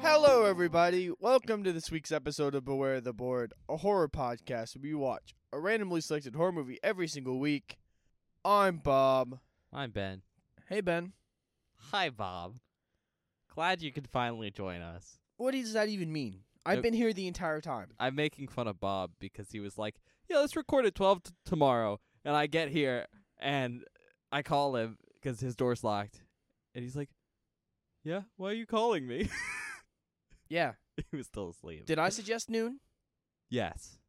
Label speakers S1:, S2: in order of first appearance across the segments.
S1: Hello, everybody. Welcome to this week's episode of Beware the Board, a horror podcast where we watch a randomly selected horror movie every single week. I'm Bob.
S2: I'm Ben.
S1: Hey, Ben.
S2: Hi, Bob. Glad you could finally join us.
S1: What does that even mean? I've
S2: Uh,
S1: been here the entire time.
S2: I'm making fun of Bob because he was like, "Yeah, let's record at 12 t- tomorrow." And I get here and I call him because his door's locked, and he's like, "Yeah, why are you calling me?"
S1: Yeah.
S2: he was still asleep.
S1: Did I suggest noon?
S2: yes,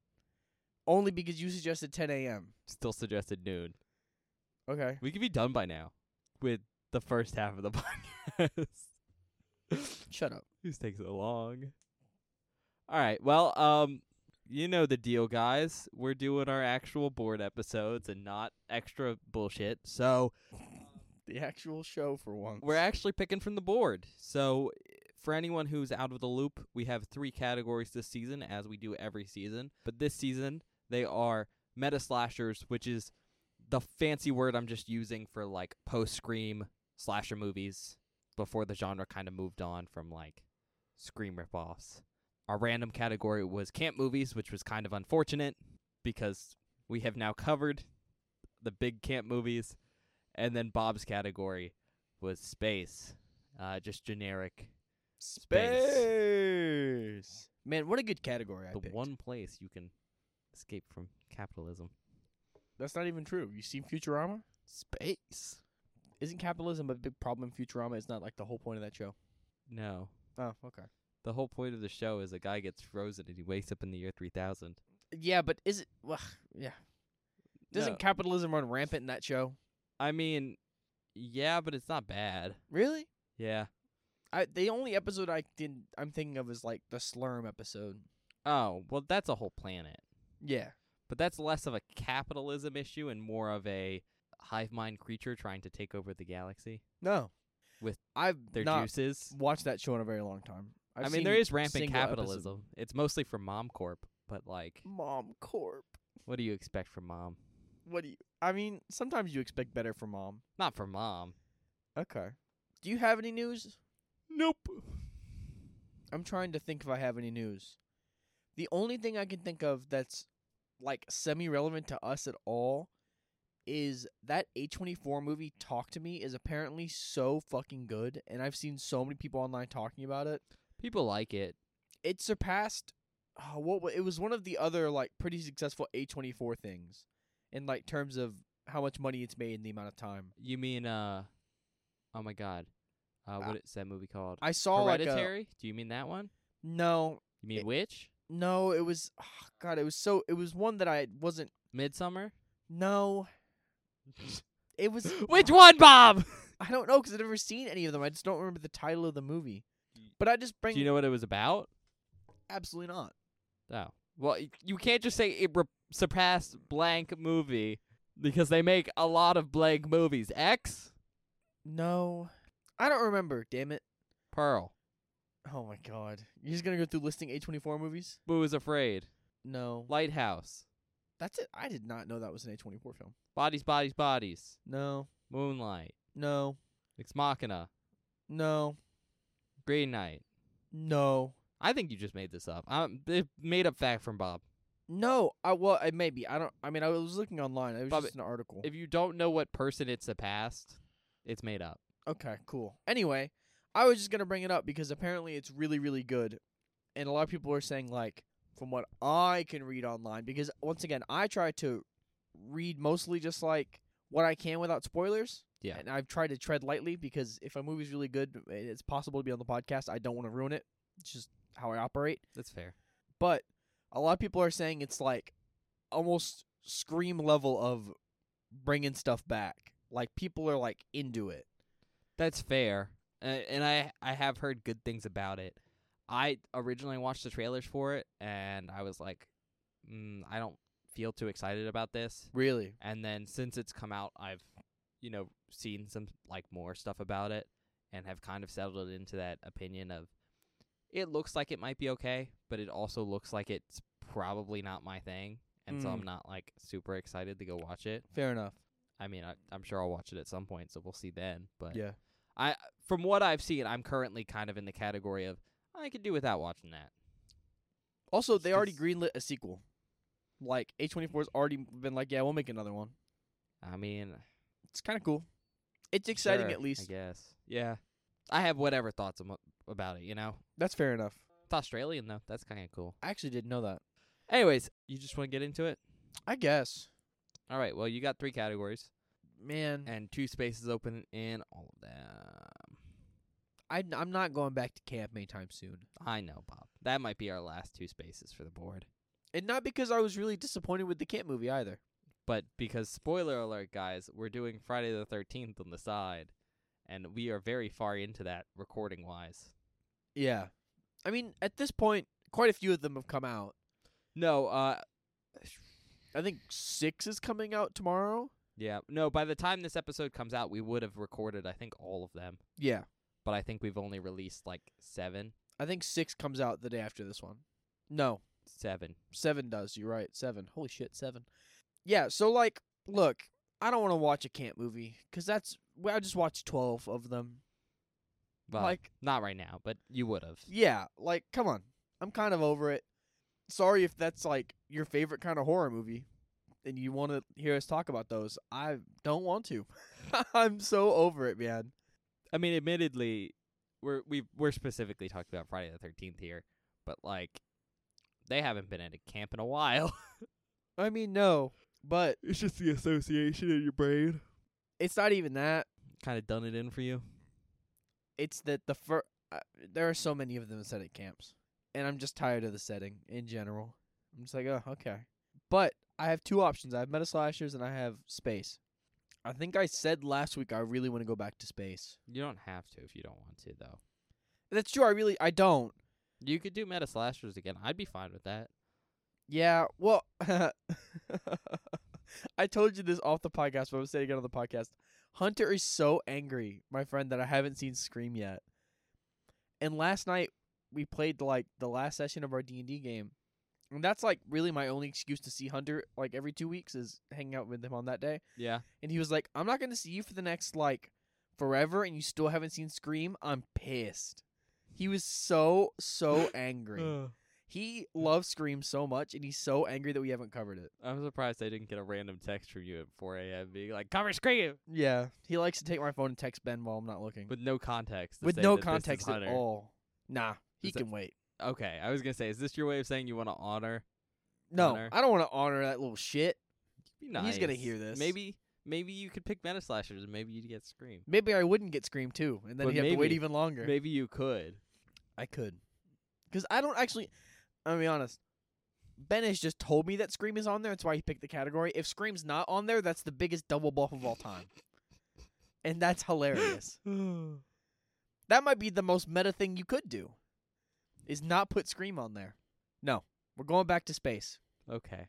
S1: Only because you suggested 10 a.m.
S2: still suggested noon.
S1: Okay.
S2: We could be done by now with the first half of the podcast.
S1: Shut up.
S2: This takes so long. All right. Well, um, you know the deal, guys. We're doing our actual board episodes and not extra bullshit. So
S1: The actual show for once.
S2: we're actually picking from the board. So for anyone who's out of the loop, we have three categories this season, as we do every season. But this season, they are meta slashers, which is the fancy word I'm just using for like post Scream slasher movies before the genre kind of moved on from like Scream ripoffs. Our random category was camp movies, which was kind of unfortunate because we have now covered the big camp movies. And then Bob's category was space, uh, just generic. Space.
S1: Space. Man, what a good category I
S2: the
S1: picked.
S2: one place you can escape from capitalism.
S1: That's not even true. You seen Futurama?
S2: Space.
S1: Isn't capitalism a big problem in Futurama? Is not like the whole point of that show.
S2: No.
S1: Oh, okay.
S2: The whole point of the show is a guy gets frozen and he wakes up in the year 3000.
S1: Yeah, but is it? Well, yeah. Doesn't
S2: No.
S1: capitalism run rampant in that show?
S2: I mean, yeah, but it's not bad.
S1: Really?
S2: Yeah.
S1: I the only episode I did I'm thinking of is like the Slurm episode.
S2: Oh, well, that's a whole planet.
S1: Yeah.
S2: But that's less of a capitalism issue and more of a hive mind creature trying to take over the galaxy.
S1: No.
S2: With
S1: I've
S2: Their
S1: not
S2: juices.
S1: watched that show in a very long time. I've
S2: i mean,
S1: seen
S2: there is rampant
S1: single episode.
S2: capitalism. It's mostly for Mom Corp, but like,
S1: Mom Corp.
S2: what do you expect from Mom?
S1: What do you? I mean, sometimes you expect better from mom.
S2: Not for Mom.
S1: Okay. Do you have any news?
S2: Nope.
S1: I'm trying to think if I have any news. The only thing I can think of that's like semi relevant to us at all is that A24 movie Talk to Me is apparently so fucking good and I've seen so many people online talking about it.
S2: People like it.
S1: It surpassed oh, what wa- it was one of the other like pretty successful A24 things in like terms of how much money it's made and the amount of time.
S2: You mean, uh, oh my God, uh, what is that movie called?
S1: I saw like a,
S2: Hereditary. do you mean that one?
S1: No,
S2: You mean
S1: It-
S2: which?
S1: no, it was oh, god, it was so it was one that I wasn't
S2: Midsummer.
S1: No. It was.
S2: which one, Bob?
S1: I don't know because I've never seen any of them. I just don't remember the title of the movie. But I just
S2: do
S1: bring.
S2: you know what it was about?
S1: absolutely not.
S2: Oh. Well, y- you can't just say it re- surpassed blank movie because they make a lot of blank movies. X
S1: No. I don't remember, damn it.
S2: Pearl.
S1: Oh my god. You're just going to go through listing A24 movies?
S2: Boo is afraid.
S1: No.
S2: Lighthouse.
S1: That's it. I did not know that was an A24 film.
S2: Bodies, bodies, bodies.
S1: No.
S2: Moonlight.
S1: No.
S2: Ex Machina.
S1: No.
S2: Green Knight.
S1: No.
S2: I think you just made this up. i it made up fact from Bob.
S1: No. I well, it maybe. I don't I mean, I was looking online. It was
S2: Bob,
S1: just an article.
S2: If you don't know what person it's surpassed, it's made up.
S1: Okay, cool. Anyway, I was just gonna bring it up because apparently it's really, really good, and a lot of people are saying like, from what I can read online, because once again, I try to read mostly just like what I can without spoilers.
S2: Yeah.
S1: and I've tried to tread lightly because if a movie's really good, and it's possible to be on the podcast. I don't want to ruin it. It's just how I operate.
S2: That's fair.
S1: But a lot of people are saying it's like almost scream level of bringing stuff back. Like people are like into it.
S2: That's fair. Uh, and I I have heard good things about it. I originally watched the trailers for it and I was like, mm, I don't feel too excited about this.
S1: Really.
S2: And then since it's come out, I've you know seen some like more stuff about it and have kind of settled into that opinion of it looks like it might be okay, but it also looks like it's probably not my thing. And so
S1: Mm.
S2: I'm not like super excited to go watch it.
S1: Fair enough.
S2: I mean, I, I'm sure I'll watch it at some point, so we'll see then. But
S1: Yeah.
S2: from what I've seen, I'm currently kind of in the category of uh, I could do without watching that.
S1: Also,
S2: It's
S1: they already
S2: just-
S1: greenlit a sequel. Like A24's already been like, yeah, we'll make another one.
S2: I mean,
S1: It's kind of cool. It's exciting
S2: sure,
S1: at least.
S2: I guess. Yeah. I have whatever thoughts amo- about it, you know?
S1: That's fair enough.
S2: It's Australian, though. That's kind of cool.
S1: I actually didn't know that.
S2: Anyways, you just want to get into it?
S1: I guess.
S2: All right. Well, you got three categories
S1: Man,
S2: and two spaces open in all of them.
S1: I, I'm not going back to camp anytime soon.
S2: I know, Bob. That might be our last two spaces for the board.
S1: And not because I was really disappointed with the camp movie either.
S2: But because, spoiler alert, guys, we're doing Friday the 13th on the side, and we are very far into that recording wise.
S1: Yeah. I mean, at this point, quite a few of them have come out.
S2: No, uh,
S1: I think six is coming out tomorrow.
S2: yeah. No, by the time this episode comes out, we would have recorded, I think, all of them.
S1: Yeah.
S2: But I think we've only released like seven.
S1: I think six comes out the day after this one. No,
S2: Seven.
S1: Seven does. You're right. Seven. Holy shit, seven. Yeah. So like, look, I don't want to watch a camp movie because that's well, I just watched twelve of them.
S2: Well,
S1: Like,
S2: not right now, but you would have.
S1: yeah, like come on, I'm kind of over it. Sorry if that's like your favorite kind of horror movie, and you want to hear us talk about those. I don't want to. I'm so over it, man.
S2: I mean, admittedly, we're we we're specifically talking about Friday the Thirteenth here, but like, they haven't been at a camp in a while.
S1: I mean, no, but
S2: it's just the association in your brain.
S1: it's not even that.
S2: Kind of done it in for you.
S1: It's that the fir- uh, there are so many of them set at camps, and I'm just tired of the setting in general. I'm just like, oh, okay. But I have two options. I have meta slashers and I have space. I think I said last week I really want to go back to space.
S2: You don't have to if you don't want to, though.
S1: That's true. I really I don't.
S2: You could do meta slashers again. I'd be fine with that.
S1: Yeah. Well, I told you this off the podcast, but I'm saying it again on the podcast. Hunter is so angry, my friend, that I haven't seen Scream yet. And last night we played like the last session of our D and D game, and that's like really my only excuse to see Hunter like every two weeks is hanging out with him on that day.
S2: Yeah.
S1: And he was like, "I'm not going to see you for the next like forever, and you still haven't seen Scream. I'm pissed." He was so so angry.
S2: Uh.
S1: He loves Scream so much, and he's so angry that we haven't covered it.
S2: I'm surprised I didn't get a random text from you at 4 a.m. being like, cover Scream!
S1: Yeah, he likes to take my phone and text Ben while I'm not looking,
S2: With no context. to
S1: with
S2: say
S1: no
S2: that this is
S1: context at
S2: Hunter.
S1: all. Nah, he
S2: Is that-
S1: can wait.
S2: Okay, I was going to say, is this your way of saying you want to honor?
S1: No,
S2: Hunter?
S1: I don't want to honor that little shit.
S2: Be
S1: He's gonna
S2: nice.
S1: hear this.
S2: Maybe maybe you could pick Meta Slashers and maybe you'd get Scream.
S1: Maybe I wouldn't get Scream too, and then
S2: But
S1: he'd have to wait
S2: maybe-
S1: even longer.
S2: Maybe you could.
S1: I could, because I don't actually. I'm gonna be honest. Ben has just told me that Scream is on there. That's why he picked the category. If Scream's not on there, that's the biggest double bluff of all time, and that's hilarious.
S2: That's
S1: That might be the most meta thing you could do. Is not put Scream on there. No. We're going back to space.
S2: okay.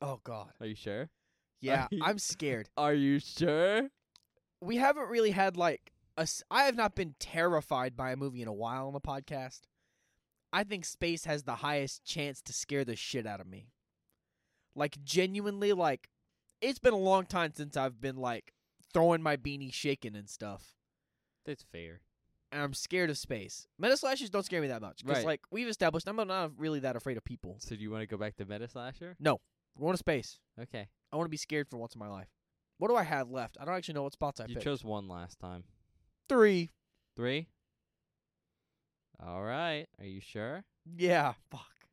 S1: Oh god.
S2: Are you sure?
S1: Yeah,
S2: Right.
S1: I'm scared.
S2: Are you sure?
S1: We haven't really had like a s- I have not been terrified by a movie in a while on the podcast. I think space has the highest chance to scare the shit out of me. Like genuinely like it's been a long time since I've been like throwing my beanie shaking and stuff.
S2: That's fair.
S1: and I'm scared of space. Meta slashes don't scare me that much because,
S2: Right.
S1: like, we've established I'm not really that afraid of people.
S2: So do you want to go back to Meta Slasher?
S1: I want to space.
S2: Okay.
S1: I want to be scared for once in my life. What do I have left? I don't actually know what spots I
S2: you
S1: picked.
S2: chose one last time.
S1: Three.
S2: Three? All right. Are you sure?
S1: Yeah. Fuck.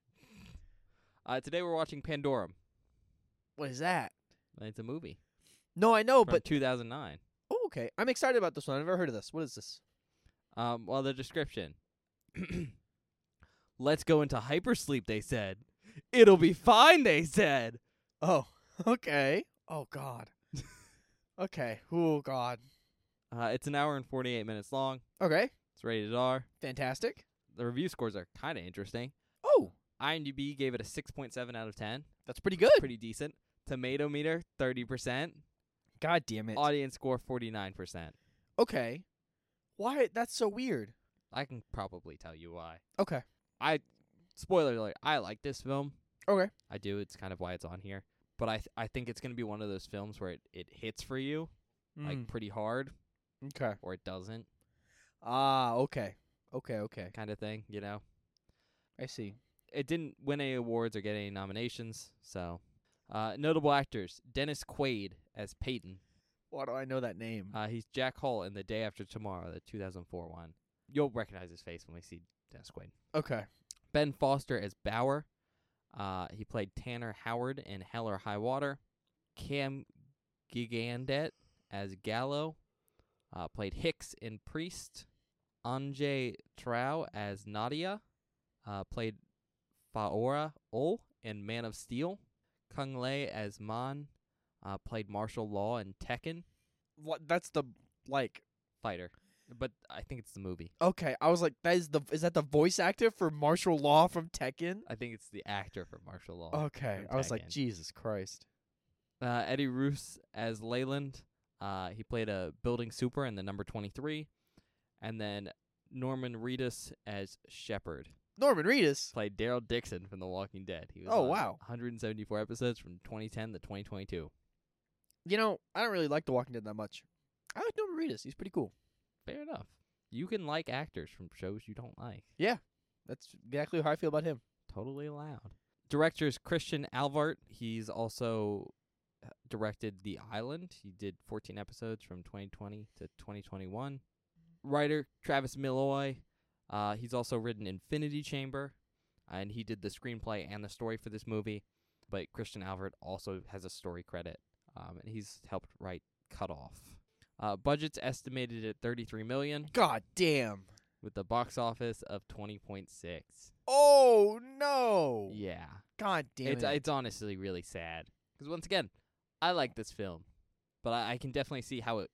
S2: Uh, today we're watching Pandorum.
S1: What is that?
S2: It's a movie
S1: No, I know,
S2: from
S1: but
S2: 2009.
S1: oh, okay. I'm excited about this one. I've never heard of this. What is this?
S2: Um, well, the description. Let's go into hypersleep, they said. It'll be fine, they said.
S1: Oh, okay. Oh God. okay. Oh God.
S2: Uh, it's an hour and 48 minutes long.
S1: Okay.
S2: It's rated R.
S1: Fantastic.
S2: The review scores are kind of interesting.
S1: Oh,
S2: IMDb gave it a 6.7 out of 10.
S1: that's pretty good.
S2: Pretty decent. Tomato meter, 30%.
S1: God damn it.
S2: Audience score, 49%.
S1: Okay. Why? That's so weird.
S2: I can probably tell you why.
S1: Okay.
S2: I spoiler alert. I like this film.
S1: Okay.
S2: I do. It's kind of why it's on here. But I th- I think it's gonna be one of those films where it, it hits for
S1: Mm.
S2: you like pretty hard
S1: Hmm, okay.
S2: or it doesn't.
S1: Ah, okay. Okay, okay.
S2: kind of thing, you know.
S1: I see.
S2: It didn't win any awards or get any nominations, so uh, notable actors: Dennis Quaid as Peyton.
S1: Why do I know that name?
S2: Uh, he's Jack Hall in The Day After Tomorrow, the 2004 one. You'll recognize his face when we see Dennis Quaid.
S1: okay.
S2: Ben Foster as Bauer. Uh, he played Tanner Howard in Hell or High Water. Cam Gigandet as Gallo. Uh, played Hicks in Priest. Anjay Trau as Nadia. Uh, played Faora Ol in Man of Steel. Kung Lei as Mon. Uh, played martial law in Tekken
S1: What? That's the like.
S2: Fighter. But I think it's the movie.
S1: Okay, I was like, that is the is that the voice actor for martial law from Tekken?
S2: I think it's the actor for martial law.
S1: Okay,
S2: Oh, from
S1: I was like,
S2: Tekken.
S1: Jesus Christ.
S2: Uh, Eddie Roos as Leyland. Uh, he played a building super in the number 23. And then Norman Reedus as Shepard.
S1: Norman Reedus.
S2: Played Daryl Dixon from The Walking Dead. He was
S1: Oh,
S2: on
S1: wow.
S2: 174 episodes from 2010 to 2022.
S1: You know, I don't really like The Walking Dead that much. I like Norman Reedus. He's pretty cool.
S2: Fair enough. You can like actors from shows you don't like.
S1: That's exactly how I feel about him.
S2: Totally allowed. Director's Christian Alvart. He's also uh, directed The Island. He did 14 episodes from 2020 to 2021. Writer Travis Milloy. Uh, he's also written Infinity Chamber, and he did the screenplay and the story for this movie. But Christian Alvart also has a story credit, um, and he's helped write Cut Off. Uh, budget's estimated at 33 million,
S1: God damn.
S2: with the box office of 20.6.
S1: Oh no.
S2: Yeah.
S1: God damn
S2: it's
S1: it.
S2: it's honestly really sad. 'Cause once again, I like this film, but I, I can definitely see how it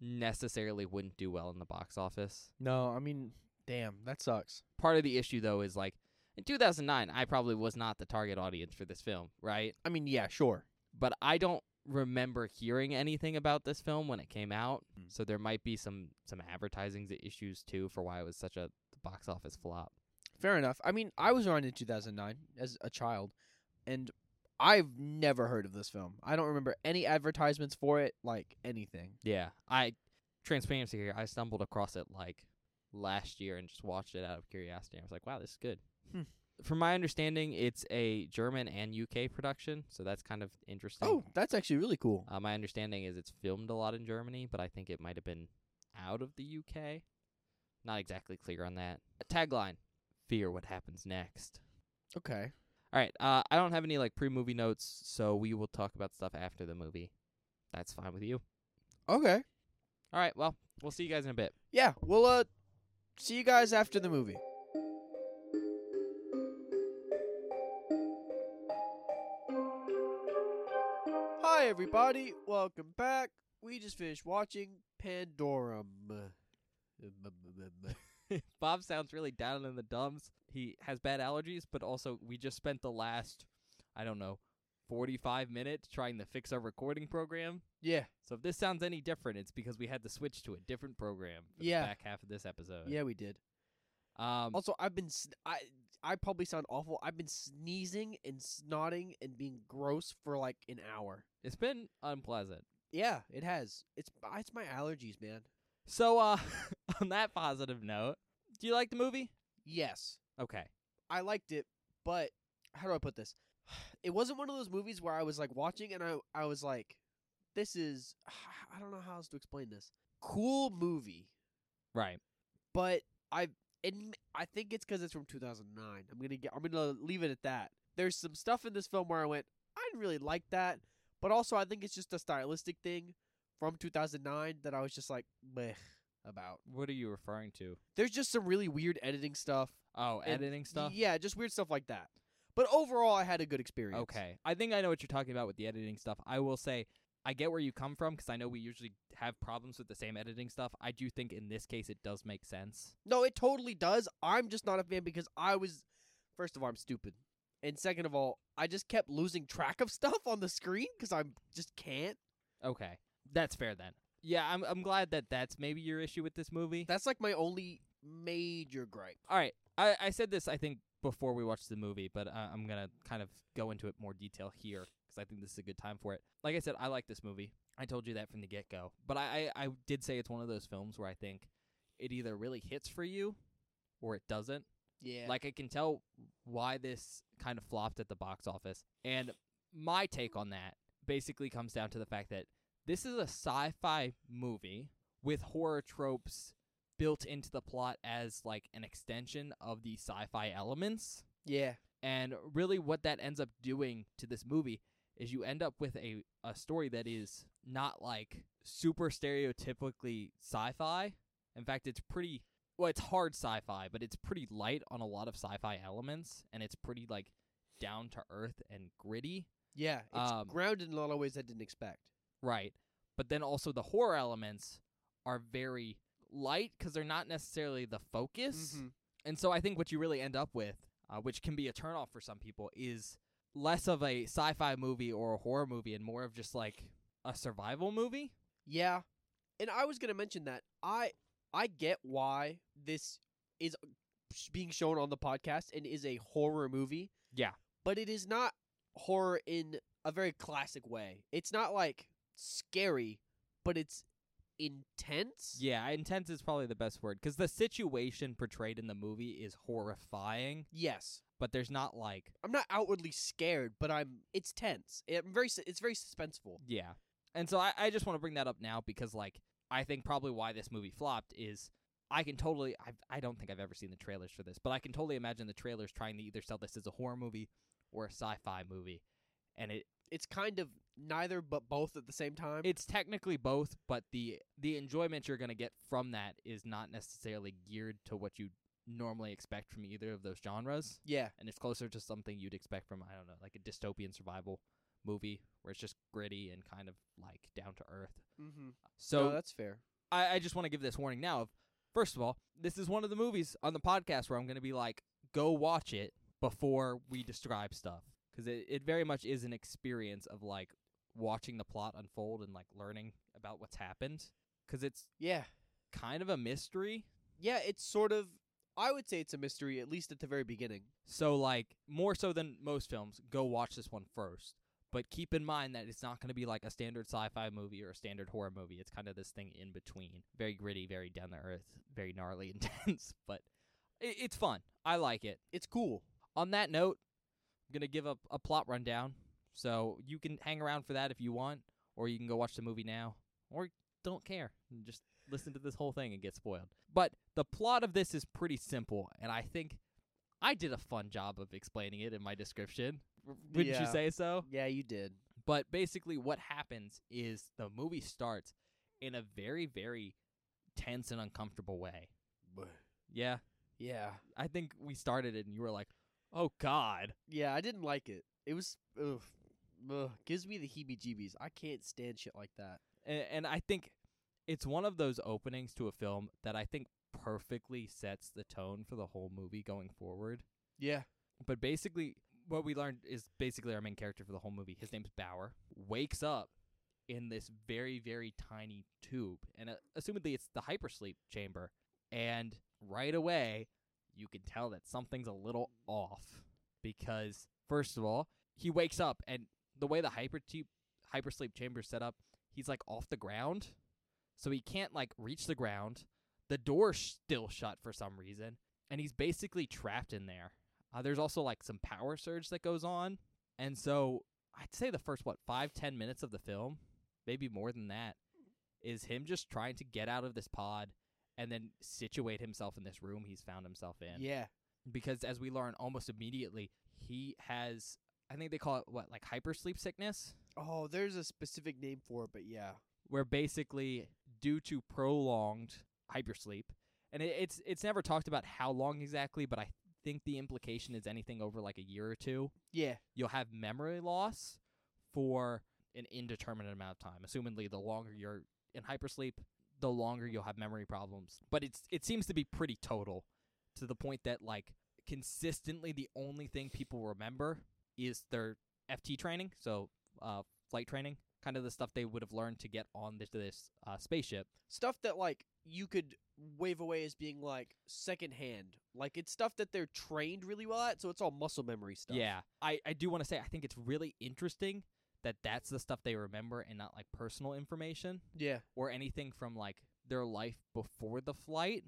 S2: necessarily wouldn't do well in the box office.
S1: no, I mean, damn, that sucks.
S2: Part of the issue though is like in 2009, I probably was not the target audience for this film, right?
S1: I mean, yeah, sure.
S2: But I don't remember hearing anything about this film when it came out,
S1: Mm.
S2: so there might be some some advertising issues too for why it was such a box office flop.
S1: Fair enough. I mean, I was around in 2009 as a child, and I've never heard of this film. I don't remember any advertisements for it, like anything.
S2: Yeah, I transparency here. I stumbled across it like last year and just watched it out of curiosity. I was like, wow, this is good.
S1: Hmm.
S2: From my understanding, it's a German and UK production, so that's kind of interesting.
S1: Oh, that's actually really cool.
S2: Uh, my understanding is it's filmed a lot in Germany, but I think it might have been out of the UK. Not exactly clear on that. tagline: Fear what happens next.
S1: Okay.
S2: All right, uh, I don't have any like pre-movie notes, so we will talk about stuff after the movie. That's fine with you.
S1: Okay.
S2: All right, well, we'll see you guys in a bit.
S1: Yeah, we'll uh see you guys after the movie. Hi everybody, welcome back. We just finished watching Pandorum.
S2: Bob sounds really down in the dumps. He has bad allergies, but also we just spent the last, I don't know, 45 minutes trying to fix our recording program.
S1: Yeah,
S2: So if this sounds any different, it's because we had to switch to a different program for
S1: Yeah.
S2: the back half of this episode.
S1: yeah, we did.
S2: Um,
S1: Also, I've been sn- I I probably sound awful. I've been sneezing and snotting and being gross for like an hour.
S2: it's been unpleasant.
S1: Yeah, it has. It's it's my allergies, man.
S2: So uh, on that positive note, do you like the movie?
S1: Yes.
S2: Okay.
S1: I liked it, but how do I put this? It wasn't one of those movies where I was like watching and I I was like, this is I don't know how else to explain this. Cool movie,
S2: Right.
S1: but I and I think it's because it's from 2009. I'm gonna get I'm gonna leave it at that. There's some stuff in this film where I went, I didn't really like that, but also I think it's just a stylistic thing from 2009 that I was just like meh about.
S2: What are you referring to?
S1: There's just some really weird editing stuff
S2: Oh,
S1: And
S2: editing stuff?
S1: yeah, just weird stuff like that. But overall, I had a good experience.
S2: Okay. I think I know what you're talking about with the editing stuff. I will say I get where you come from because I know we usually have problems with the same editing stuff. I do think in this case it does make sense.
S1: No, it totally does. I'm just not a fan because I was, first of all, I'm stupid, and second of all, I just kept losing track of stuff on the screen because I just can't.
S2: Okay. That's fair then. Yeah, I'm I'm glad that that's maybe your issue with this movie.
S1: That's like my only major gripe.
S2: All right. I, I said this I think before we watched the movie, but uh, I'm going to kind of go into it more detail here because I think this is a good time for it. Like I said, I like this movie. I told you that from the get go. But I, I, I did say it's one of those films where I think it either really hits for you or it doesn't.
S1: Yeah.
S2: Like I can tell why this kind of flopped at the box office. And my take on that basically comes down to the fact that this is a sci-fi movie with horror tropes built into the plot as like an extension of the sci-fi elements.
S1: yeah.
S2: And really what that ends up doing to this movie is you end up with a, a story that is not like super stereotypically sci-fi. In fact, it's pretty well, it's hard sci-fi, but it's pretty light on a lot of sci-fi elements and it's pretty like down to earth and gritty.
S1: Yeah. It's
S2: Um,
S1: grounded in a lot of ways I didn't expect.
S2: Right. But then also the horror elements are very light because they're not necessarily the focus.
S1: Mhm.
S2: And so I think what you really end up with, uh, which can be a turnoff for some people, is less of a sci fi movie or a horror movie and more of just like a survival movie.
S1: Yeah. And I was going to mention that I I get why this is sh- being shown on the podcast and is a horror movie.
S2: Yeah.
S1: But it is not horror in a very classic way. It's not like scary, but it's intense.
S2: Yeah, intense is probably the best word because the situation portrayed in the movie is horrifying,
S1: Yes.
S2: but there's not like,
S1: I'm not outwardly scared, but I'm it's tense. I'm very su- it's very suspenseful.
S2: yeah. And so I, I just want to bring that up now because, like, I think probably why this movie flopped is I can totally, I, I don't think I've ever seen the trailers for this, but I can totally imagine the trailers trying to either sell this as a horror movie or a sci fi movie. And it,
S1: It's kind of neither but both at the same time.
S2: it's technically both, but the the enjoyment you're gonna get from that is not necessarily geared to what you normally expect from either of those genres,
S1: yeah.
S2: and it's closer to something you'd expect from I don't know, like a dystopian survival movie where it's just gritty and kind of like down to earth.
S1: Mm-hmm.
S2: So
S1: no, that's fair.
S2: I, I just want to give this warning now. Of first of all, this is one of the movies on the podcast where I'm gonna be like, go watch it before we describe stuff because it, it very much is an experience of like watching the plot unfold and like learning about what's happened because it's
S1: Yeah.
S2: kind of a mystery.
S1: Yeah, it's sort of I would say it's a mystery at least at the very beginning.
S2: So like more so than most films, go watch this one first. But keep in mind that it's not going to be like a standard sci-fi movie or a standard horror movie. It's kind of this thing in between, very gritty, very down to earth, very gnarly, intense. But it, it's fun. I like it.
S1: It's cool.
S2: On that note, I'm gonna give a, a plot rundown. So you can hang around for that if you want, or you can go watch the movie now, or don't care and just listen to this whole thing and get spoiled. But the plot of this is pretty simple, and I think I did a fun job of explaining it in my description. Wouldn't you
S1: Yeah.
S2: say so?
S1: Yeah, you did.
S2: But basically, what happens is the movie starts in a very, very tense and uncomfortable way. Yeah,
S1: Yeah.
S2: I think we started it, and you were like, "Oh God."
S1: Yeah, I didn't like it. It was ugh, ugh, gives me the heebie-jeebies. I can't stand shit like that.
S2: and, and I think it's one of those openings to a film that I think perfectly sets the tone for the whole movie going forward.
S1: Yeah.
S2: But basically, what we learned is basically our main character for the whole movie. His name's Bauer. Wakes up in this very very tiny tube, and uh, assumedly it's the hypersleep chamber. And right away, you can tell that something's a little off because first of all, he wakes up, and the way the hyper hypersleep chamber's set up, he's like off the ground, so he can't like reach the ground. The door's still shut for some reason, and he's basically trapped in there. Uh, there's also like some power surge that goes on, and so I'd say the first what five ten minutes of the film, maybe more than that, is him just trying to get out of this pod and then situate himself in this room he's found himself in
S1: Yeah.
S2: because as we learn almost immediately, he has I think they call it what like hypersleep sickness,
S1: Oh, there's a specific name for it, but yeah.
S2: where basically due to prolonged hypersleep, and it, it's it's never talked about how long exactly, but I think the implication is anything over like a year or two,
S1: Yeah.
S2: you'll have memory loss for an indeterminate amount of time. Assumedly, the longer you're in hypersleep, the longer you'll have memory problems. But it's it seems to be pretty total to the point that like consistently the only thing people remember is their FT training, so uh, flight training, kind of the stuff they would have learned to get on this, this uh, spaceship.
S1: Stuff that like you could wave away as being like secondhand. Like it's stuff that they're trained really well at, so it's all muscle memory stuff.
S2: Yeah, I I do want to say I think it's really interesting that that's the stuff they remember and not like personal information.
S1: Yeah.
S2: or anything from like their life before the flight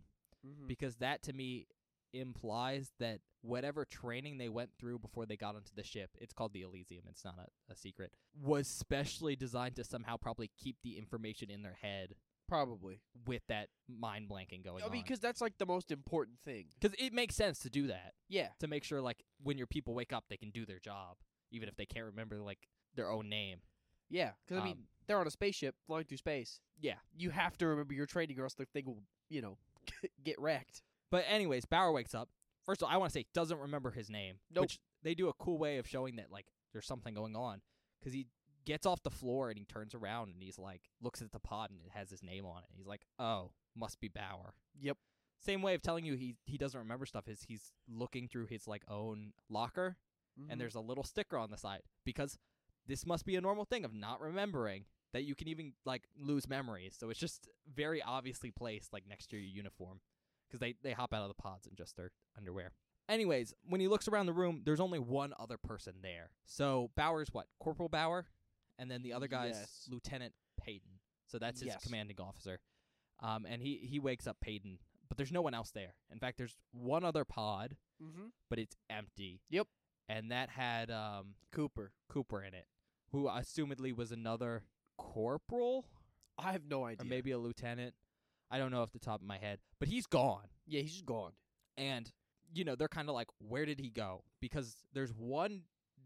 S1: Mm-hmm.
S2: because that to me implies that whatever training they went through before they got onto the ship, it's called the Elysium, it's not a, a secret, was specially designed to somehow probably keep the information in their head
S1: Probably.
S2: with that mind blanking going
S1: I
S2: on.
S1: mean, because that's like the most important thing.
S2: Because it makes sense to do that
S1: Yeah.
S2: to make sure like when your people wake up they can do their job even if they can't remember like their own name
S1: Yeah. Because, I mean,
S2: Um,
S1: they're on a spaceship flying through space.
S2: Yeah.
S1: You have to remember your training or else the thing will, you know, get wrecked.
S2: but anyways bauer wakes up first of all i want to say doesn't remember his name
S1: Nope.
S2: which they do a cool way of showing that like there's something going on because he gets off the floor and he turns around and he's like looks at the pod and it has his name on it he's like oh must be bauer
S1: Yep.
S2: same way of telling you he, he doesn't remember stuff is he's looking through his like own locker
S1: Mhm.
S2: and there's a little sticker on the side because this must be a normal thing of not remembering that you can even like lose memories. So it's just very obviously placed like next to your uniform because they they hop out of the pods in just their underwear. Anyways, when he looks around the room, there's only one other person there. So Bauer's what Corporal Bauer, and then the other guy's
S1: Yes.
S2: Lieutenant Payton. So that's his
S1: Yes.
S2: commanding officer. Um, and he he wakes up Payton, but there's no one else there. In fact, there's one other pod,
S1: Mhm.
S2: but it's empty.
S1: Yep.
S2: And that had um,
S1: Cooper.
S2: Cooper in it, who assumedly was another corporal
S1: I have no
S2: or
S1: idea.
S2: maybe a lieutenant. I don't know off the top of my head, but he's gone.
S1: Yeah, he's just gone.
S2: And, you know, they're kind of like, where did he go? Because there's one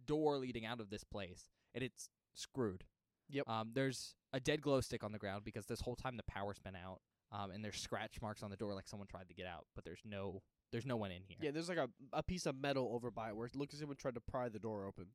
S2: door leading out of this place, and it's screwed.
S1: Yep.
S2: Um, there's a dead glow stick on the ground because this whole time the power's been out. Um, and there's scratch marks on the door like someone tried to get out, but there's no there's no one in here.
S1: Yeah, there's like a, a piece of metal over by it where it looks as if someone tried to pry the door open.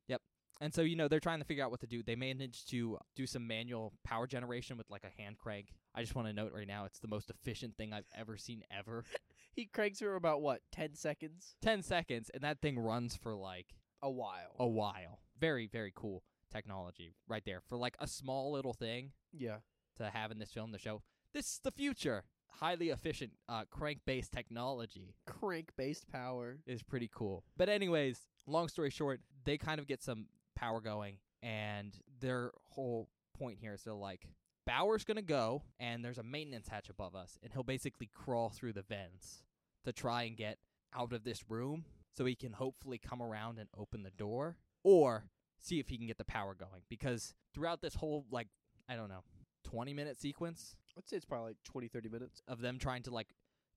S2: And so, you know, they're trying to figure out what to do. They managed to do some manual power generation with like a hand crank. I just want to note right now, it's the most efficient thing I've ever seen ever.
S1: He cranks her about what, ten seconds?
S2: 10 seconds, and that thing runs for like
S1: A while.
S2: a while. Very, very cool technology right there for like a small little thing
S1: Yeah.
S2: to have in this film to show this is the future. Highly efficient uh, crank based technology.
S1: Crank based power.
S2: is pretty cool. But anyways, long story short, they kind of get some power going and their whole point here is they're like Bauer's going to go and there's a maintenance hatch above us and he'll basically crawl through the vents to try and get out of this room so he can hopefully come around and open the door or see if he can get the power going because throughout this whole like I don't know 20 minute sequence
S1: I'd say it's probably like twenty, thirty minutes.
S2: of them trying to like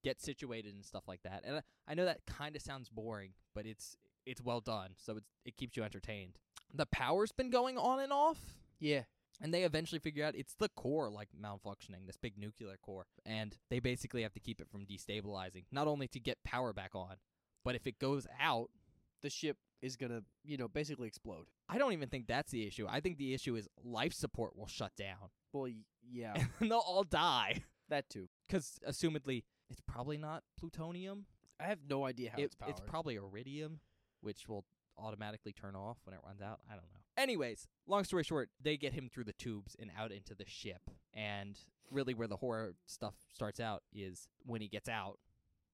S2: get situated and stuff like that. And I, I know that kind of sounds boring, but it's it's well done, so it's, it keeps you entertained. The power's been going on and off,
S1: Yeah.
S2: and they eventually figure out it's the core like malfunctioning, this big nuclear core, and they basically have to keep it from destabilizing, not only to get power back on, but if it goes out,
S1: The ship is gonna, you know, basically explode.
S2: I don't even think that's the issue. I think the issue is life support will shut down,
S1: Well, y- yeah,
S2: and they'll all die
S1: that too.
S2: because assumedly it's probably not plutonium.
S1: I have no idea how
S2: It-
S1: it's powered.
S2: probably iridium, which will automatically turn off when it runs out. I don't know. Anyways, long story short, they get him through the tubes and out into the ship. And really, where the horror stuff starts out is when he gets out,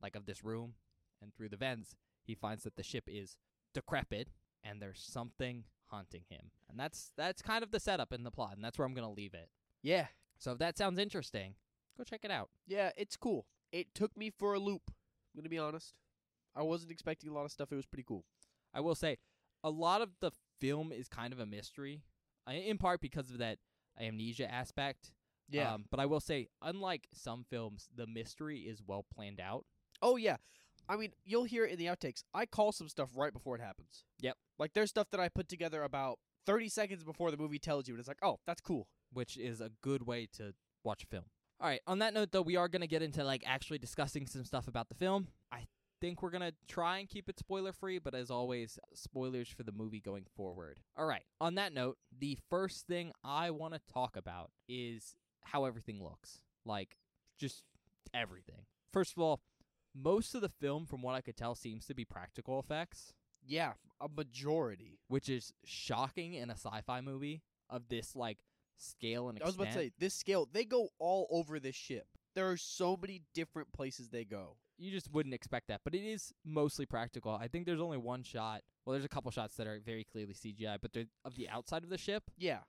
S2: like of this room and through the vents, he finds that the ship is decrepit and there's something haunting him. And that's that's kind of the setup in the plot, and that's where I'm gonna leave it.
S1: yeah,
S2: So if that sounds interesting, go check it out.
S1: yeah, it's cool. It took me for a loop. I'm gonna be honest. I wasn't expecting a lot of stuff. It was pretty cool.
S2: I will say, a lot of the film is kind of a mystery, I- in part because of that amnesia aspect. Um, but I will say, unlike some films, the mystery is well planned out.
S1: oh yeah. I mean, you'll hear it in the outtakes. I call some stuff right before it happens.
S2: Yep.
S1: Like there's stuff that I put together about 30 seconds before the movie tells you, and it's like, oh, that's cool.
S2: which is a good way to watch a film. All right, on that note though, we are going to get into like actually discussing some stuff about the film. I think we're going to try and keep it spoiler free, but as always, spoilers for the movie going forward. All right, on that note, the first thing I want to talk about is how everything looks. Like just everything. First of all, most of the film from what I could tell seems to be practical effects
S1: Yeah, a majority.
S2: which is shocking in a sci-fi movie of this like scale and
S1: I was
S2: extent.
S1: about to say this scale. They go all over this ship. There are so many different places they go.
S2: you just wouldn't expect that, but it is mostly practical. I think there's only one shot. Well, there's a couple shots that are very clearly CGI, but they're of the outside of the ship.
S1: Yeah.